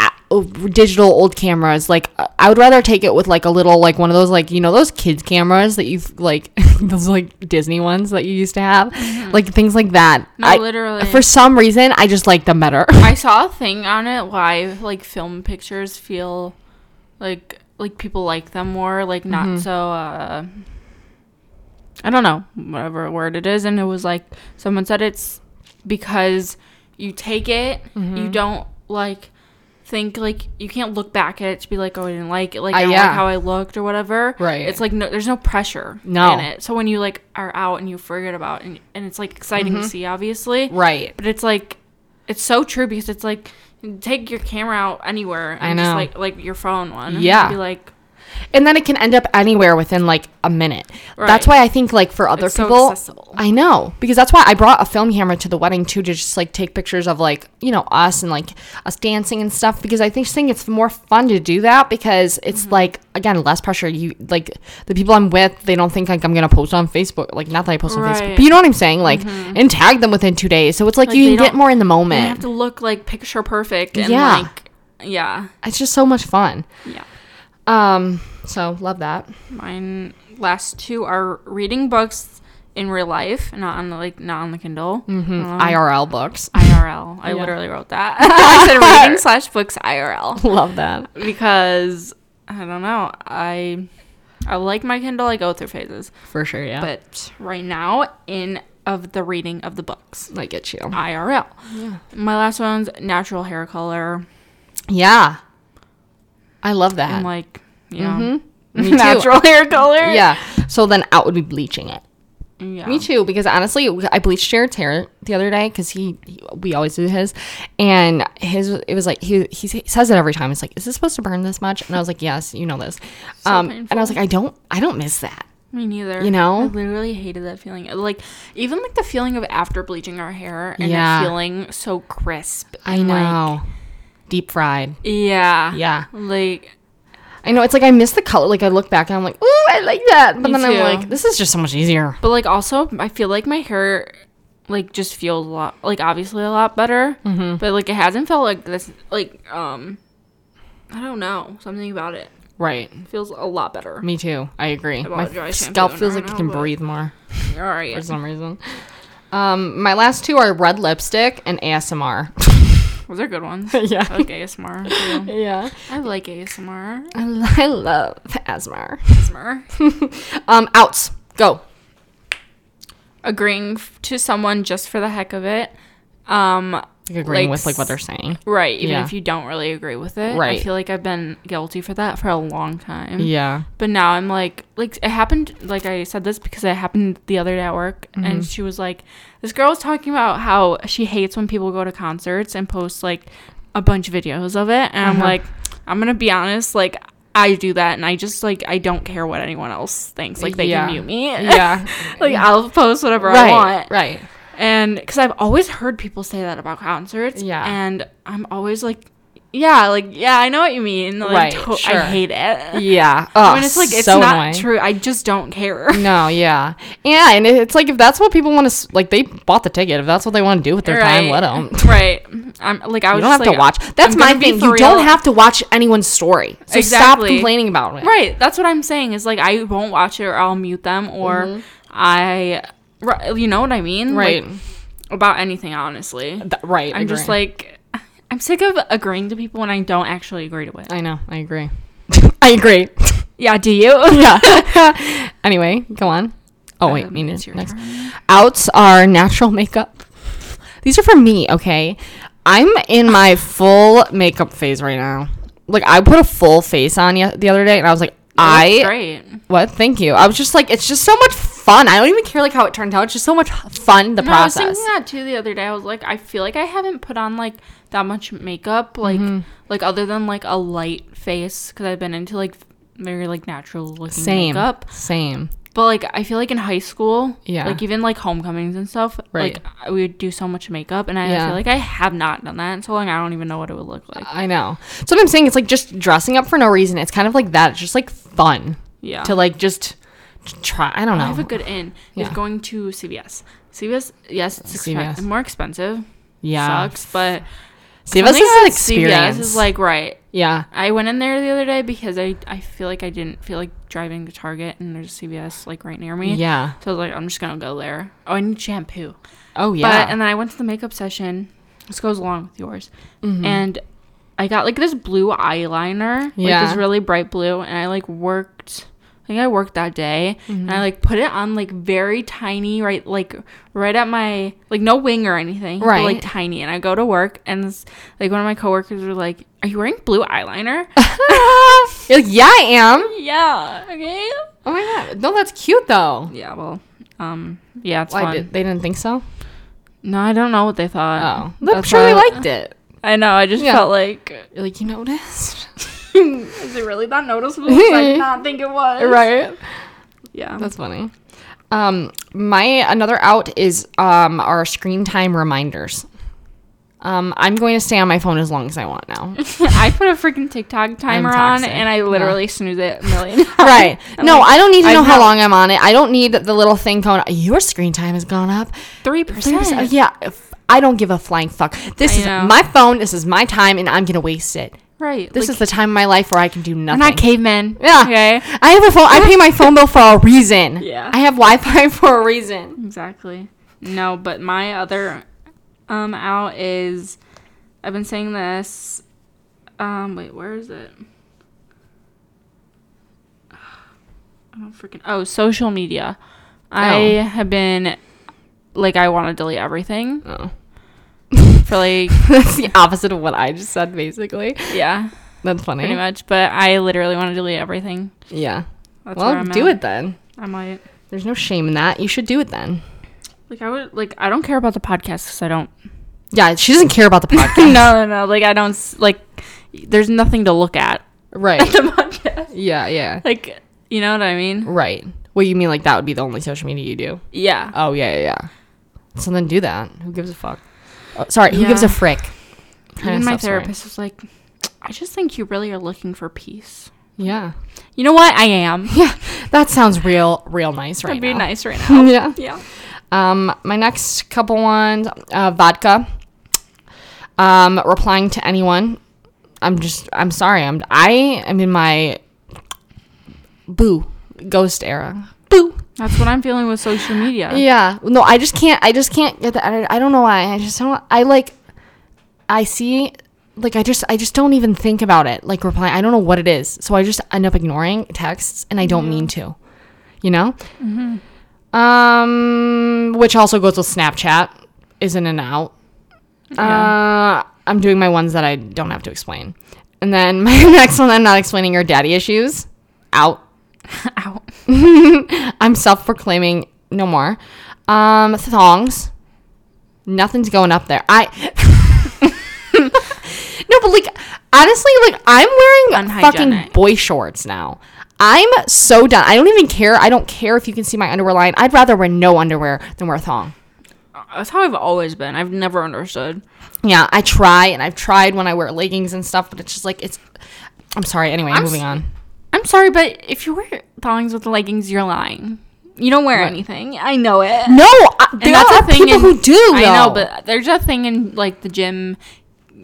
Speaker 1: a- oh, digital old cameras. Like uh, I would rather take it with like a little like one of those like you know those kids cameras that you've like <laughs> those like Disney ones that you used to have, like things like that.
Speaker 2: Mm-hmm. No,
Speaker 1: I-
Speaker 2: literally.
Speaker 1: For some reason, I just like them better. <laughs>
Speaker 2: I saw a thing on it why like film pictures feel like like people like them more, like not
Speaker 1: Mm-hmm.
Speaker 2: so uh I don't know, whatever word it is, and it was like someone said it's because you take it,
Speaker 1: Mm-hmm.
Speaker 2: you don't like think like you can't look back at it to be like, Oh, I didn't like it, like
Speaker 1: Uh,
Speaker 2: I don't
Speaker 1: yeah.
Speaker 2: like how I looked or whatever.
Speaker 1: Right.
Speaker 2: It's like no there's no pressure
Speaker 1: No.
Speaker 2: in it. So when you like are out and you forget about it and, and it's like exciting
Speaker 1: Mm-hmm.
Speaker 2: to see obviously.
Speaker 1: right.
Speaker 2: But it's like, it's so true because it's like, take your camera out anywhere. And
Speaker 1: I know.
Speaker 2: Just like like your phone one.
Speaker 1: Yeah.
Speaker 2: Be like,
Speaker 1: and then it can end up anywhere within like a minute. That's
Speaker 2: Right.
Speaker 1: why I think like for other
Speaker 2: It's so
Speaker 1: people,
Speaker 2: accessible.
Speaker 1: I know because that's why I brought a film camera to the wedding too to just like take pictures of like you know us and like us dancing and stuff because I think just think it's more fun to do that because it's
Speaker 2: Mm-hmm.
Speaker 1: like again less pressure. You like the people I'm with, they don't think like I'm gonna post on Facebook. Like not that I post on Facebook,
Speaker 2: Right. Mm-hmm.
Speaker 1: but you know what I'm saying. Like and tag them within two days, so it's like,
Speaker 2: Like,
Speaker 1: you
Speaker 2: they
Speaker 1: can get
Speaker 2: don't-
Speaker 1: more in the
Speaker 2: you don't have
Speaker 1: moment.
Speaker 2: to look like picture perfect. And
Speaker 1: Yeah.
Speaker 2: Like, yeah.
Speaker 1: it's just so much fun.
Speaker 2: Yeah.
Speaker 1: Um, so love that.
Speaker 2: Mine last two are reading books in real life, not on the like not on the Kindle. Mm-hmm.
Speaker 1: IRL books,
Speaker 2: IRL. I
Speaker 1: Yeah.
Speaker 2: literally wrote
Speaker 1: <laughs>
Speaker 2: that. <laughs> I said reading slash books IRL.
Speaker 1: love that.
Speaker 2: Because I don't know. I I like my Kindle. I go through phases.
Speaker 1: For sure, yeah.
Speaker 2: but right now in of the reading of the books
Speaker 1: I get you.
Speaker 2: IRL. My last one's natural hair color.
Speaker 1: Yeah. I love
Speaker 2: I'm
Speaker 1: that. Mm-hmm.
Speaker 2: like, you know,
Speaker 1: <laughs> Me too.
Speaker 2: natural hair <laughs> color.
Speaker 1: yeah. So then out would be bleaching it. Um,
Speaker 2: Yeah.
Speaker 1: Me too, because honestly, I bleached Jared's hair the other day because he, he- we always do his, and his it was like he he sa- says it every time. It's like, is this supposed to burn this much? And I was like, yes, you know this. um, and I was like, I don't, I don't miss that.
Speaker 2: Me neither.
Speaker 1: You know?
Speaker 2: I literally hated that feeling. Like even like the feeling of after bleaching our hair and
Speaker 1: Yeah.
Speaker 2: it feeling so crisp.
Speaker 1: I
Speaker 2: and, like-
Speaker 1: know, deep fried.
Speaker 2: yeah.
Speaker 1: Yeah,
Speaker 2: Like
Speaker 1: I know. It's like I miss the color. Like I look back and I'm like, ooh, I like that. But
Speaker 2: Me
Speaker 1: then
Speaker 2: too.
Speaker 1: I'm like, this is just so much easier.
Speaker 2: but like also I feel like my hair like just feels a lot like obviously a lot better.
Speaker 1: Mm-hmm.
Speaker 2: But like it hasn't felt like this like um I don't know. Something about it
Speaker 1: Right.
Speaker 2: feels a lot better.
Speaker 1: Me too. I agree. My
Speaker 2: apologize,
Speaker 1: scalp
Speaker 2: shampoo
Speaker 1: feels
Speaker 2: and
Speaker 1: like it
Speaker 2: all,
Speaker 1: can
Speaker 2: but-
Speaker 1: breathe more
Speaker 2: All right.
Speaker 1: for some reason. Um, my last two are red lipstick and
Speaker 2: <laughs>
Speaker 1: ASMR.
Speaker 2: Those are good ones.
Speaker 1: <laughs> Yeah.
Speaker 2: I like ASMR. too.
Speaker 1: yeah.
Speaker 2: I like ASMR.
Speaker 1: I lo- I love ASMR. <laughs>
Speaker 2: ASMR.
Speaker 1: Um, outs. Go.
Speaker 2: agreeing f- to someone just for the heck of it. Um,
Speaker 1: Like agreeing
Speaker 2: Like
Speaker 1: with like what they're saying.
Speaker 2: right, even
Speaker 1: Yeah.
Speaker 2: if you don't really agree with it.
Speaker 1: Right.
Speaker 2: I feel like I've been guilty for that for a long time.
Speaker 1: <laughs> Yeah.
Speaker 2: But now I'm like, like it happened. Like I said this because it happened the other day at work,
Speaker 1: Mm-hmm.
Speaker 2: and she was like, this girl was talking about how she hates when people go to concerts and post like a bunch of videos of it, and
Speaker 1: Uh-huh.
Speaker 2: I'm like, I'm gonna be honest, like. I do that, and I just like I don't care what anyone else thinks. Like they
Speaker 1: Yeah.
Speaker 2: can mute me. <laughs>
Speaker 1: Yeah. Mm.
Speaker 2: like I'll post whatever I want. <laughs>
Speaker 1: right. Right.
Speaker 2: And because I've always heard people say that about concerts.
Speaker 1: Yeah.
Speaker 2: And I'm always like, yeah, like, yeah, I know what you mean. Like,
Speaker 1: Right,
Speaker 2: to-
Speaker 1: sure.
Speaker 2: I hate it.
Speaker 1: Yeah. Oh,
Speaker 2: When it's like, it's
Speaker 1: so
Speaker 2: not
Speaker 1: annoying.
Speaker 2: true. I just don't care.
Speaker 1: No, yeah, yeah, and it- it's like if that's what people want to like, they bought the ticket. If that's what they want to do with their time, let them.
Speaker 2: <laughs> Right. I'm like,
Speaker 1: <laughs>
Speaker 2: I was
Speaker 1: You
Speaker 2: just
Speaker 1: don't have to
Speaker 2: like,
Speaker 1: watch. That's
Speaker 2: I'm
Speaker 1: my
Speaker 2: gonna be
Speaker 1: thing.
Speaker 2: for
Speaker 1: You don't
Speaker 2: real.
Speaker 1: have to watch anyone's story. So stop
Speaker 2: Exactly.
Speaker 1: complaining about it.
Speaker 2: Right. That's what I'm saying is like, I won't watch it or I'll mute them or I, ri- you know what I mean?
Speaker 1: Mm-hmm. Right.
Speaker 2: Like, about anything, honestly.
Speaker 1: Th- right.
Speaker 2: I'm just
Speaker 1: agree.
Speaker 2: like, I'm sick of agreeing to people when I don't actually agree to it.
Speaker 1: I know. I agree. <laughs> I agree. <laughs>
Speaker 2: Yeah, do you?
Speaker 1: yeah. <laughs> anyway, go on. Oh wait,
Speaker 2: Um,
Speaker 1: me
Speaker 2: it's
Speaker 1: next.
Speaker 2: your turn.
Speaker 1: Outs are natural makeup. These are for me, okay? I'm in my full makeup phase right now. Like I put a full face on ye- the other day, and I was like, I
Speaker 2: That's great.
Speaker 1: what? Thank you. I was just like, it's just so much fun. I don't even care like how it turned out. It's just so much fun. The
Speaker 2: No, I was
Speaker 1: process.
Speaker 2: thinking that too the other day. I was like, I feel like I haven't put on like that much makeup, like
Speaker 1: Mm-hmm.
Speaker 2: like other than like a light face, because I've been into like very like natural looking
Speaker 1: Same.
Speaker 2: makeup.
Speaker 1: Same.
Speaker 2: But like I feel like in high school,
Speaker 1: Yeah.
Speaker 2: like even like homecomings and stuff,
Speaker 1: Right.
Speaker 2: like I- we would do so much makeup, and I
Speaker 1: Yeah.
Speaker 2: feel like I have not done that in so long. I don't even know what it would look like.
Speaker 1: I know. So what I'm saying it's like just dressing up for no reason. It's kind of like that. It's just like fun
Speaker 2: Yeah,
Speaker 1: to like just t- try. I don't know.
Speaker 2: I have a good in.
Speaker 1: Yeah.
Speaker 2: Is going to CVS. CVS, yes, it's
Speaker 1: CVS.
Speaker 2: expen- more expensive.
Speaker 1: yeah.
Speaker 2: Sucks, but
Speaker 1: CVS
Speaker 2: something
Speaker 1: is an
Speaker 2: about
Speaker 1: experience.
Speaker 2: CVS is like right.
Speaker 1: yeah.
Speaker 2: I went in there the other day because I, I feel like I didn't feel like driving to Target and there's a CVS like right near me.
Speaker 1: Yeah.
Speaker 2: So I was like, I'm just gonna go there. Oh, I need shampoo.
Speaker 1: Oh yeah.
Speaker 2: But and then I went to the makeup session. This goes along with yours.
Speaker 1: Mm-hmm.
Speaker 2: And I got like this blue eyeliner.
Speaker 1: Yeah.
Speaker 2: Like this really bright blue. And I like worked I think I worked that day. And
Speaker 1: Mm-hmm.
Speaker 2: I like put it on like very tiny, right like right at my like no wing or anything. But,
Speaker 1: Right.
Speaker 2: like tiny. And I go to work and this, like one of my coworkers were like, Are you wearing blue eyeliner?
Speaker 1: You're <laughs> like, yeah, I am.
Speaker 2: yeah. Okay.
Speaker 1: Oh my god. No, that's cute though.
Speaker 2: Yeah, well, um, yeah, it's
Speaker 1: Why
Speaker 2: fun.
Speaker 1: did, they didn't think so?
Speaker 2: No, I don't know what they thought.
Speaker 1: Oh, I'm
Speaker 2: That's
Speaker 1: sure they
Speaker 2: all.
Speaker 1: liked <laughs> it.
Speaker 2: I know. I just
Speaker 1: Yeah.
Speaker 2: felt like
Speaker 1: You're like, you noticed,
Speaker 2: is it really that noticeable? 'Cause I did <laughs> not think it was.
Speaker 1: <laughs> right?
Speaker 2: Yeah.
Speaker 1: That's funny. Um, my another out is um our screen time reminders. Um, I'm going to stay on my phone as long as I want <laughs> now.
Speaker 2: <laughs> I put a freaking TikTok timer on
Speaker 1: toxic.
Speaker 2: and I literally snooze it a million. <laughs> times.
Speaker 1: <laughs> right. No, I don't need to
Speaker 2: I
Speaker 1: know how
Speaker 2: know.
Speaker 1: long I'm on it. I don't need the little thing going. Your screen time has gone up.
Speaker 2: Three
Speaker 1: Uh,
Speaker 2: percent.
Speaker 1: yeah. if- I don't give a flying fuck. This
Speaker 2: I
Speaker 1: is
Speaker 2: know.
Speaker 1: my phone. This is my time, and I'm gonna waste it.
Speaker 2: Right.
Speaker 1: This
Speaker 2: like,
Speaker 1: is the time of my life where I can do
Speaker 2: we're
Speaker 1: nothing.
Speaker 2: not cavemen.
Speaker 1: Yeah.
Speaker 2: Okay.
Speaker 1: I have a phone. I pay
Speaker 2: <laughs>
Speaker 1: my phone bill for a reason.
Speaker 2: Yeah.
Speaker 1: I have Wi-Fi <laughs> for a reason.
Speaker 2: Exactly. No, but my other um out is I've been saying this. Um, wait, where is it? <sighs> I don't freaking. Oh, social media. I
Speaker 1: Oh.
Speaker 2: have been like I want to delete everything.
Speaker 1: Oh.
Speaker 2: for like
Speaker 1: <laughs> That's the opposite of what I just said, basically.
Speaker 2: yeah,
Speaker 1: That's funny.
Speaker 2: pretty much. But I literally want to delete everything.
Speaker 1: Yeah.
Speaker 2: That's where
Speaker 1: well,
Speaker 2: I'm
Speaker 1: do
Speaker 2: at.
Speaker 1: it then.
Speaker 2: I might.
Speaker 1: There's no shame in that. You should do it then.
Speaker 2: Like I would like I don't care about the podcast because I
Speaker 1: <laughs>
Speaker 2: don't.
Speaker 1: Yeah, she doesn't
Speaker 2: <laughs>
Speaker 1: care about the podcast.
Speaker 2: no, no, no. Like I don't s- like. There's nothing to look <laughs> at
Speaker 1: Right.
Speaker 2: the podcast.
Speaker 1: Yeah, yeah.
Speaker 2: Like you know what I mean?
Speaker 1: Right. Well, you mean like that would be the only social media you do?
Speaker 2: Yeah.
Speaker 1: Oh, yeah, yeah, yeah. So then do that. Who gives a fuck? Oh, sorry, who
Speaker 2: Yeah.
Speaker 1: gives a frick? Kinda
Speaker 2: Even my
Speaker 1: stop swearing.
Speaker 2: therapist was like, I just think you really are looking for peace.
Speaker 1: Yeah. <laughs>
Speaker 2: You know what? I <laughs> am.
Speaker 1: Yeah. That sounds real, real nice right
Speaker 2: That'd be
Speaker 1: now.
Speaker 2: nice <laughs> right now.
Speaker 1: <laughs> yeah.
Speaker 2: yeah.
Speaker 1: Um, my next couple ones, uh, vodka. Um, replying to anyone. I'm just. I'm sorry. I'm. I am in my boo ghost era. Boo.
Speaker 2: That's what I'm feeling with social media.
Speaker 1: Yeah. No, I just can't. I just can't get that. I, I don't know why. I just don't. I like. I see. Like I just. I just don't even think about it. Like replying. I don't know what it is. So I just end up ignoring texts, and I don't mean to. You know. Um, which also goes with Snapchat. Is in and out. Uh, I'm doing my ones that I don't have to explain. And then <laughs> my next one, I'm not explaining your daddy issues. Out.
Speaker 2: <laughs> Ow.
Speaker 1: <laughs> I'm self proclaiming no more. Um, thongs. Nothing's going up there. I. <laughs> no, but like, honestly, like, I'm wearing fucking
Speaker 2: Unhygienic.
Speaker 1: boy shorts now. I'm so done. I don't even care. I don't care if you can see my underwear line. I'd rather wear no underwear than wear a thong.
Speaker 2: That's how I've always been. I've never understood.
Speaker 1: Yeah, I try and I've tried when I wear leggings and stuff, but it's just like, it's. I'm sorry. Anyway,
Speaker 2: I'm
Speaker 1: moving
Speaker 2: s-
Speaker 1: on.
Speaker 2: I'm sorry, but if you wear thongs with leggings, you're lying. You don't wear anything. I know <laughs> it.
Speaker 1: No, I, there
Speaker 2: And that's
Speaker 1: are
Speaker 2: a thing
Speaker 1: people
Speaker 2: in-
Speaker 1: who do.
Speaker 2: I know,
Speaker 1: though.
Speaker 2: but there's a thing in like the gym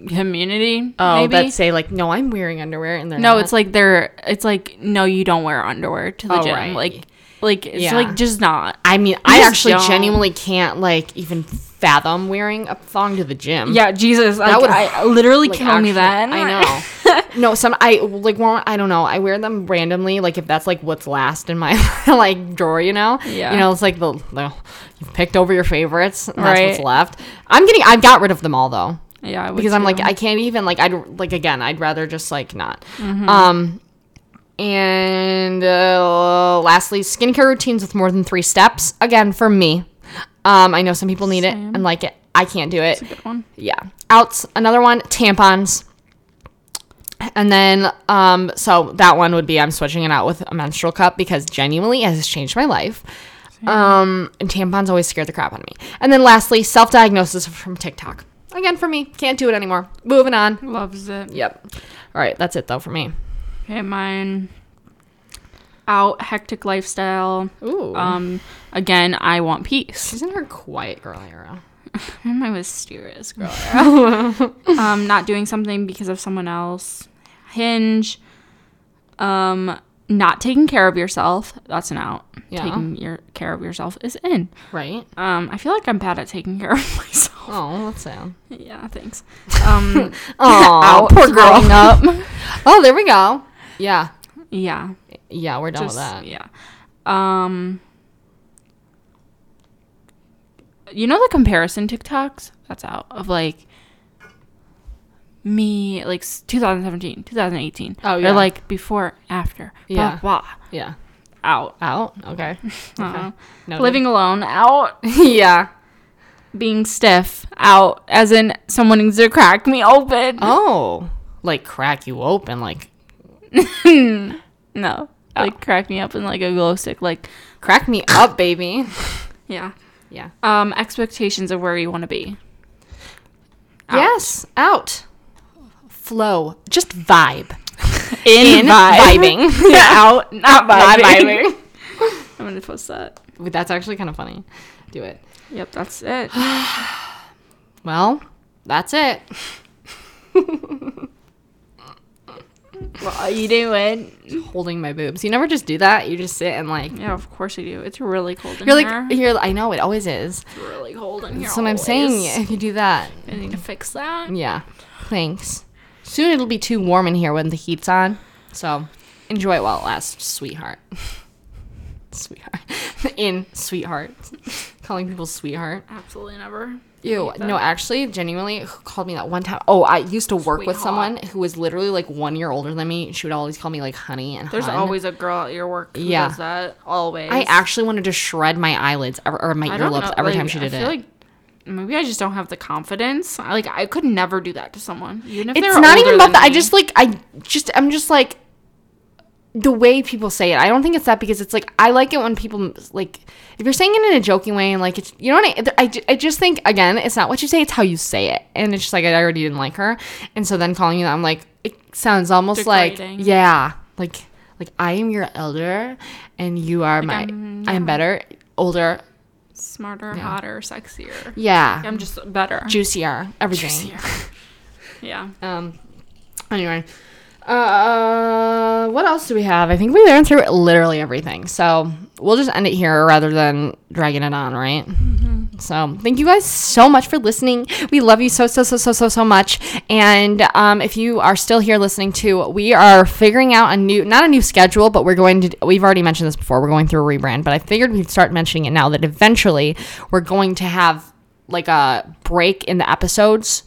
Speaker 2: community.
Speaker 1: oh,
Speaker 2: maybe.
Speaker 1: that say like, no, I'm wearing underwear, and they're
Speaker 2: No,
Speaker 1: not.
Speaker 2: it's like they're. It's like no, you don't wear underwear to the
Speaker 1: Oh,
Speaker 2: gym.
Speaker 1: right.
Speaker 2: Like, like it's
Speaker 1: Yeah.
Speaker 2: like just not.
Speaker 1: I mean, I
Speaker 2: just
Speaker 1: actually
Speaker 2: don't.
Speaker 1: genuinely can't like even fathom wearing a thong to the gym.
Speaker 2: Yeah, Jesus, that
Speaker 1: would-
Speaker 2: would I literally
Speaker 1: Like,
Speaker 2: kill me
Speaker 1: actually-
Speaker 2: then. <laughs>
Speaker 1: I <laughs> know. no, some I like. One, I don't know. I wear them randomly. Like if that's like what's last in my <laughs> like drawer, you know.
Speaker 2: Yeah.
Speaker 1: You know, it's like the, the you've picked over your favorites. And That's what's
Speaker 2: Right.
Speaker 1: left. I'm getting. I've got rid of them all though
Speaker 2: yeah, I would
Speaker 1: because I'm like
Speaker 2: too.
Speaker 1: I can't even like I'd like again I'd rather just like not. Um, and uh, lastly, skincare routines with more than three steps. Again, for me, um, I know some people need it
Speaker 2: Same.
Speaker 1: and like it. I can't do it.
Speaker 2: good one.
Speaker 1: Yeah, outs. Another one, tampons. And then, um, so that one would be I'm switching it out with a menstrual cup because genuinely it has changed my life. <laughs> Um, and tampons always scare the crap out of me. And then lastly, self diagnosis from TikTok. Again, for me, can't do it anymore. Moving on.
Speaker 2: Loves it.
Speaker 1: Yep. All right, that's it though for me.
Speaker 2: Okay, mine. Out hectic lifestyle.
Speaker 1: Ooh.
Speaker 2: Um, again, I want peace.
Speaker 1: She's in her quiet girl era.
Speaker 2: I'm my mysterious girl.
Speaker 1: <laughs>
Speaker 2: era. um, not doing something because of someone else. Hinge. Um, not taking care of yourself. That's an out.
Speaker 1: Yeah.
Speaker 2: Taking your care of yourself is in.
Speaker 1: Right?
Speaker 2: Um, I feel like I'm bad at taking care of <laughs> myself.
Speaker 1: Oh, that's <laughs> sad.
Speaker 2: Yeah, thanks.
Speaker 1: <laughs>
Speaker 2: Um,
Speaker 1: Oh,
Speaker 2: out,
Speaker 1: poor
Speaker 2: throwing
Speaker 1: girl. <laughs>
Speaker 2: Up.
Speaker 1: Oh, there we go. Yeah.
Speaker 2: yeah.
Speaker 1: Yeah, we're done
Speaker 2: Just,
Speaker 1: with that.
Speaker 2: Yeah. Um. You know the comparison TikToks that's out of like me like s- 2017, 2018.
Speaker 1: Oh, yeah.
Speaker 2: Or like before, after.
Speaker 1: Yeah.
Speaker 2: Blah blah.
Speaker 1: Yeah.
Speaker 2: Out.
Speaker 1: Out. <laughs> Okay. Uh-huh.
Speaker 2: Uh,
Speaker 1: No.
Speaker 2: Living alone.
Speaker 1: <laughs>
Speaker 2: Out.
Speaker 1: yeah.
Speaker 2: Being stiff. Out. As in someone needs to crack me open.
Speaker 1: Oh, like crack you open, like
Speaker 2: <laughs> No.
Speaker 1: Oh.
Speaker 2: Like crack me up in like a glow stick. Like
Speaker 1: crack me up, baby. <laughs>
Speaker 2: yeah.
Speaker 1: Yeah.
Speaker 2: Um. Expectations of where you want to be.
Speaker 1: Yes, out. Flow, just vibe.
Speaker 2: In, <laughs>
Speaker 1: vibing.
Speaker 2: Yeah. Out. Not
Speaker 1: Not
Speaker 2: vibing.
Speaker 1: <laughs> vibing.
Speaker 2: <laughs> I'm gonna post that.
Speaker 1: Wait, That's actually kind of funny. Do it.
Speaker 2: Yep, that's <sighs> it.
Speaker 1: Well, that's it.
Speaker 2: what are you doing?
Speaker 1: Holding my boobs. You never just do that. You just sit and like.
Speaker 2: Yeah, of course I do. It's really cold in
Speaker 1: You're
Speaker 2: here.
Speaker 1: like you're. I know it always is.
Speaker 2: It's really cold in here.
Speaker 1: That's what I'm saying.
Speaker 2: always.
Speaker 1: <laughs> If you do that,
Speaker 2: I need to fix that.
Speaker 1: yeah. Thanks. Soon it'll be too warm in here when the heat's on. So enjoy it while it lasts, sweetheart. <laughs> sweetheart. <laughs> In sweetheart. <laughs> Calling people sweetheart.
Speaker 2: Absolutely never.
Speaker 1: Ew.
Speaker 2: Hate that.
Speaker 1: No, actually, genuinely who called me that one time. Oh, I used to work with
Speaker 2: Sweetheart.
Speaker 1: someone who was literally like one year older than me. She would always call me like honey and
Speaker 2: There's
Speaker 1: hun.
Speaker 2: always a girl at your work who
Speaker 1: Yeah.
Speaker 2: does that. Always.
Speaker 1: I actually wanted to shred my eyelids er, or, or my
Speaker 2: I don't
Speaker 1: earlobes
Speaker 2: know,
Speaker 1: every
Speaker 2: like,
Speaker 1: time she did
Speaker 2: I
Speaker 1: it.
Speaker 2: feel like maybe I just don't have the confidence. I- Like I could never do that to someone. Even if they
Speaker 1: it's
Speaker 2: were
Speaker 1: not
Speaker 2: older
Speaker 1: even about
Speaker 2: than
Speaker 1: that. I
Speaker 2: me.
Speaker 1: just like I just I'm just like the way people say it. I don't think it's that because it's like I like it when people like if you're saying it in a joking way and like it's you know what I I, ju- I just think again it's not what you say it's how you say it and it's just like I already didn't like her and so then calling you that I'm like it sounds almost
Speaker 2: Degrading.
Speaker 1: like yeah like like I am your elder and you are my
Speaker 2: I'm-
Speaker 1: I'm better older
Speaker 2: smarter, hotter, sexier.
Speaker 1: yeah
Speaker 2: I'm just better.
Speaker 1: juicier everything
Speaker 2: <laughs> Yeah.
Speaker 1: Um. Anyway, uh, what else do we have? I think we ran through literally everything, so we'll just end it here rather than dragging it on, right? So, thank you guys so much for listening. We love you so so so so so so much. And um, if you are still here listening to, we are figuring out a new, not a new schedule, but we're going to. We've already mentioned this before. We're going through a rebrand, but I figured we'd start mentioning it now that eventually we're going to have like a break in the episodes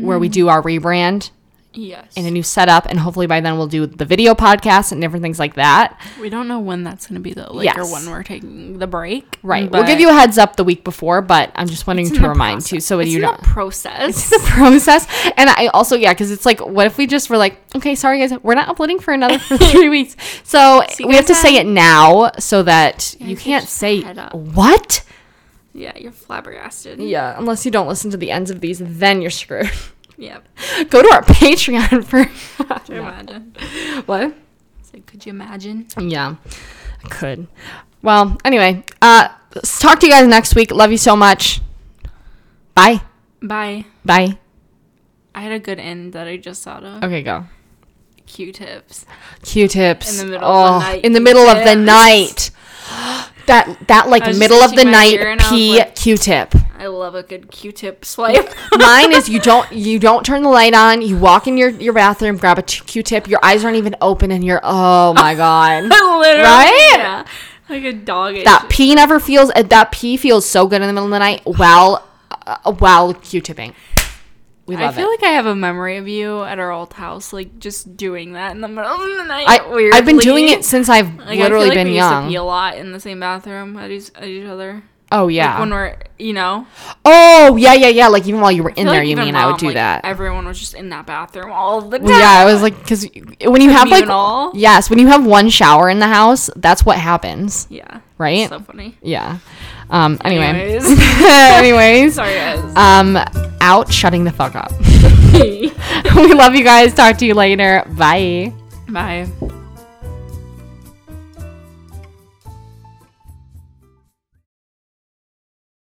Speaker 1: where we do our rebrand
Speaker 2: Yes.
Speaker 1: in a new setup and hopefully by then we'll do the video podcast and different things like that
Speaker 2: we don't know when that's gonna be though. Like or
Speaker 1: Yes.
Speaker 2: when we're taking the break.
Speaker 1: right
Speaker 2: but
Speaker 1: we'll give you a heads up the week before but i'm just wanting
Speaker 2: it's in
Speaker 1: to
Speaker 2: the
Speaker 1: remind you
Speaker 2: process.
Speaker 1: so
Speaker 2: it's
Speaker 1: you
Speaker 2: in
Speaker 1: don't
Speaker 2: the process.
Speaker 1: <laughs> the process and i also yeah because it's like what if we just were like okay sorry guys we're not uploading for another <laughs>
Speaker 2: <laughs>
Speaker 1: for three weeks so
Speaker 2: See you
Speaker 1: we have to
Speaker 2: guys
Speaker 1: say it now so that you
Speaker 2: you can
Speaker 1: can't
Speaker 2: just
Speaker 1: say
Speaker 2: head up.
Speaker 1: what
Speaker 2: yeah, you're flabbergasted.
Speaker 1: yeah unless you don't listen to the ends of these then you're screwed <laughs>
Speaker 2: Yep.
Speaker 1: go to our <laughs> patreon for
Speaker 2: Could you imagine?
Speaker 1: what
Speaker 2: It's like, could you imagine?
Speaker 1: Yeah, I could. Well, anyway, uh, s- talk to you guys next week. Love you so much. Bye.
Speaker 2: Bye.
Speaker 1: Bye.
Speaker 2: I had a good end that I just thought of.
Speaker 1: Okay, go.
Speaker 2: Q-tips.
Speaker 1: Q-tips. Oh,
Speaker 2: In the middle of the night,
Speaker 1: In the middle of the
Speaker 2: Q-tips.
Speaker 1: night. That that like
Speaker 2: I was just
Speaker 1: middle of the
Speaker 2: itching my
Speaker 1: night
Speaker 2: ear and I was
Speaker 1: P
Speaker 2: like-
Speaker 1: Q-tip.
Speaker 2: I love a good Q-tip swipe.
Speaker 1: <laughs> Mine is you
Speaker 2: <laughs>
Speaker 1: don't you don't turn the light on. You walk in your your bathroom, grab a t- Q-tip. Your eyes aren't even open, and you're oh
Speaker 2: <laughs>
Speaker 1: my god.
Speaker 2: Literally.
Speaker 1: Right?
Speaker 2: Yeah. Like a dog.
Speaker 1: that
Speaker 2: itch.
Speaker 1: pee never feels uh, that pee feels so good in the middle of the night while uh, while q-tipping we
Speaker 2: I
Speaker 1: love
Speaker 2: feel
Speaker 1: it
Speaker 2: like I have a memory of you at our old house, like just doing that in the middle of the night.
Speaker 1: I, i've been doing
Speaker 2: weirdly.
Speaker 1: it since i've
Speaker 2: Like,
Speaker 1: literally
Speaker 2: I feel like
Speaker 1: been
Speaker 2: we Used to
Speaker 1: young
Speaker 2: pee a lot in the same bathroom at each, at each other.
Speaker 1: oh
Speaker 2: Like
Speaker 1: yeah
Speaker 2: when we're, you know,
Speaker 1: oh yeah yeah yeah like even while you were in
Speaker 2: I feel
Speaker 1: there
Speaker 2: like
Speaker 1: you
Speaker 2: even
Speaker 1: mean i would
Speaker 2: mom,
Speaker 1: do
Speaker 2: like,
Speaker 1: that
Speaker 2: Everyone was just in that bathroom all the time.
Speaker 1: Well, yeah, I was like, because when you have like,
Speaker 2: communal.
Speaker 1: yes, when you have one shower in the house, that's what happens,
Speaker 2: yeah.
Speaker 1: right?
Speaker 2: So funny.
Speaker 1: yeah. Um. Anyway.
Speaker 2: Anyways.
Speaker 1: <laughs>
Speaker 2: <laughs>
Speaker 1: Anyways.
Speaker 2: Sorry, guys.
Speaker 1: Um. Out. Shutting the <laughs> fuck up. we love you guys. Talk to you later. Bye. <laughs>
Speaker 2: Bye.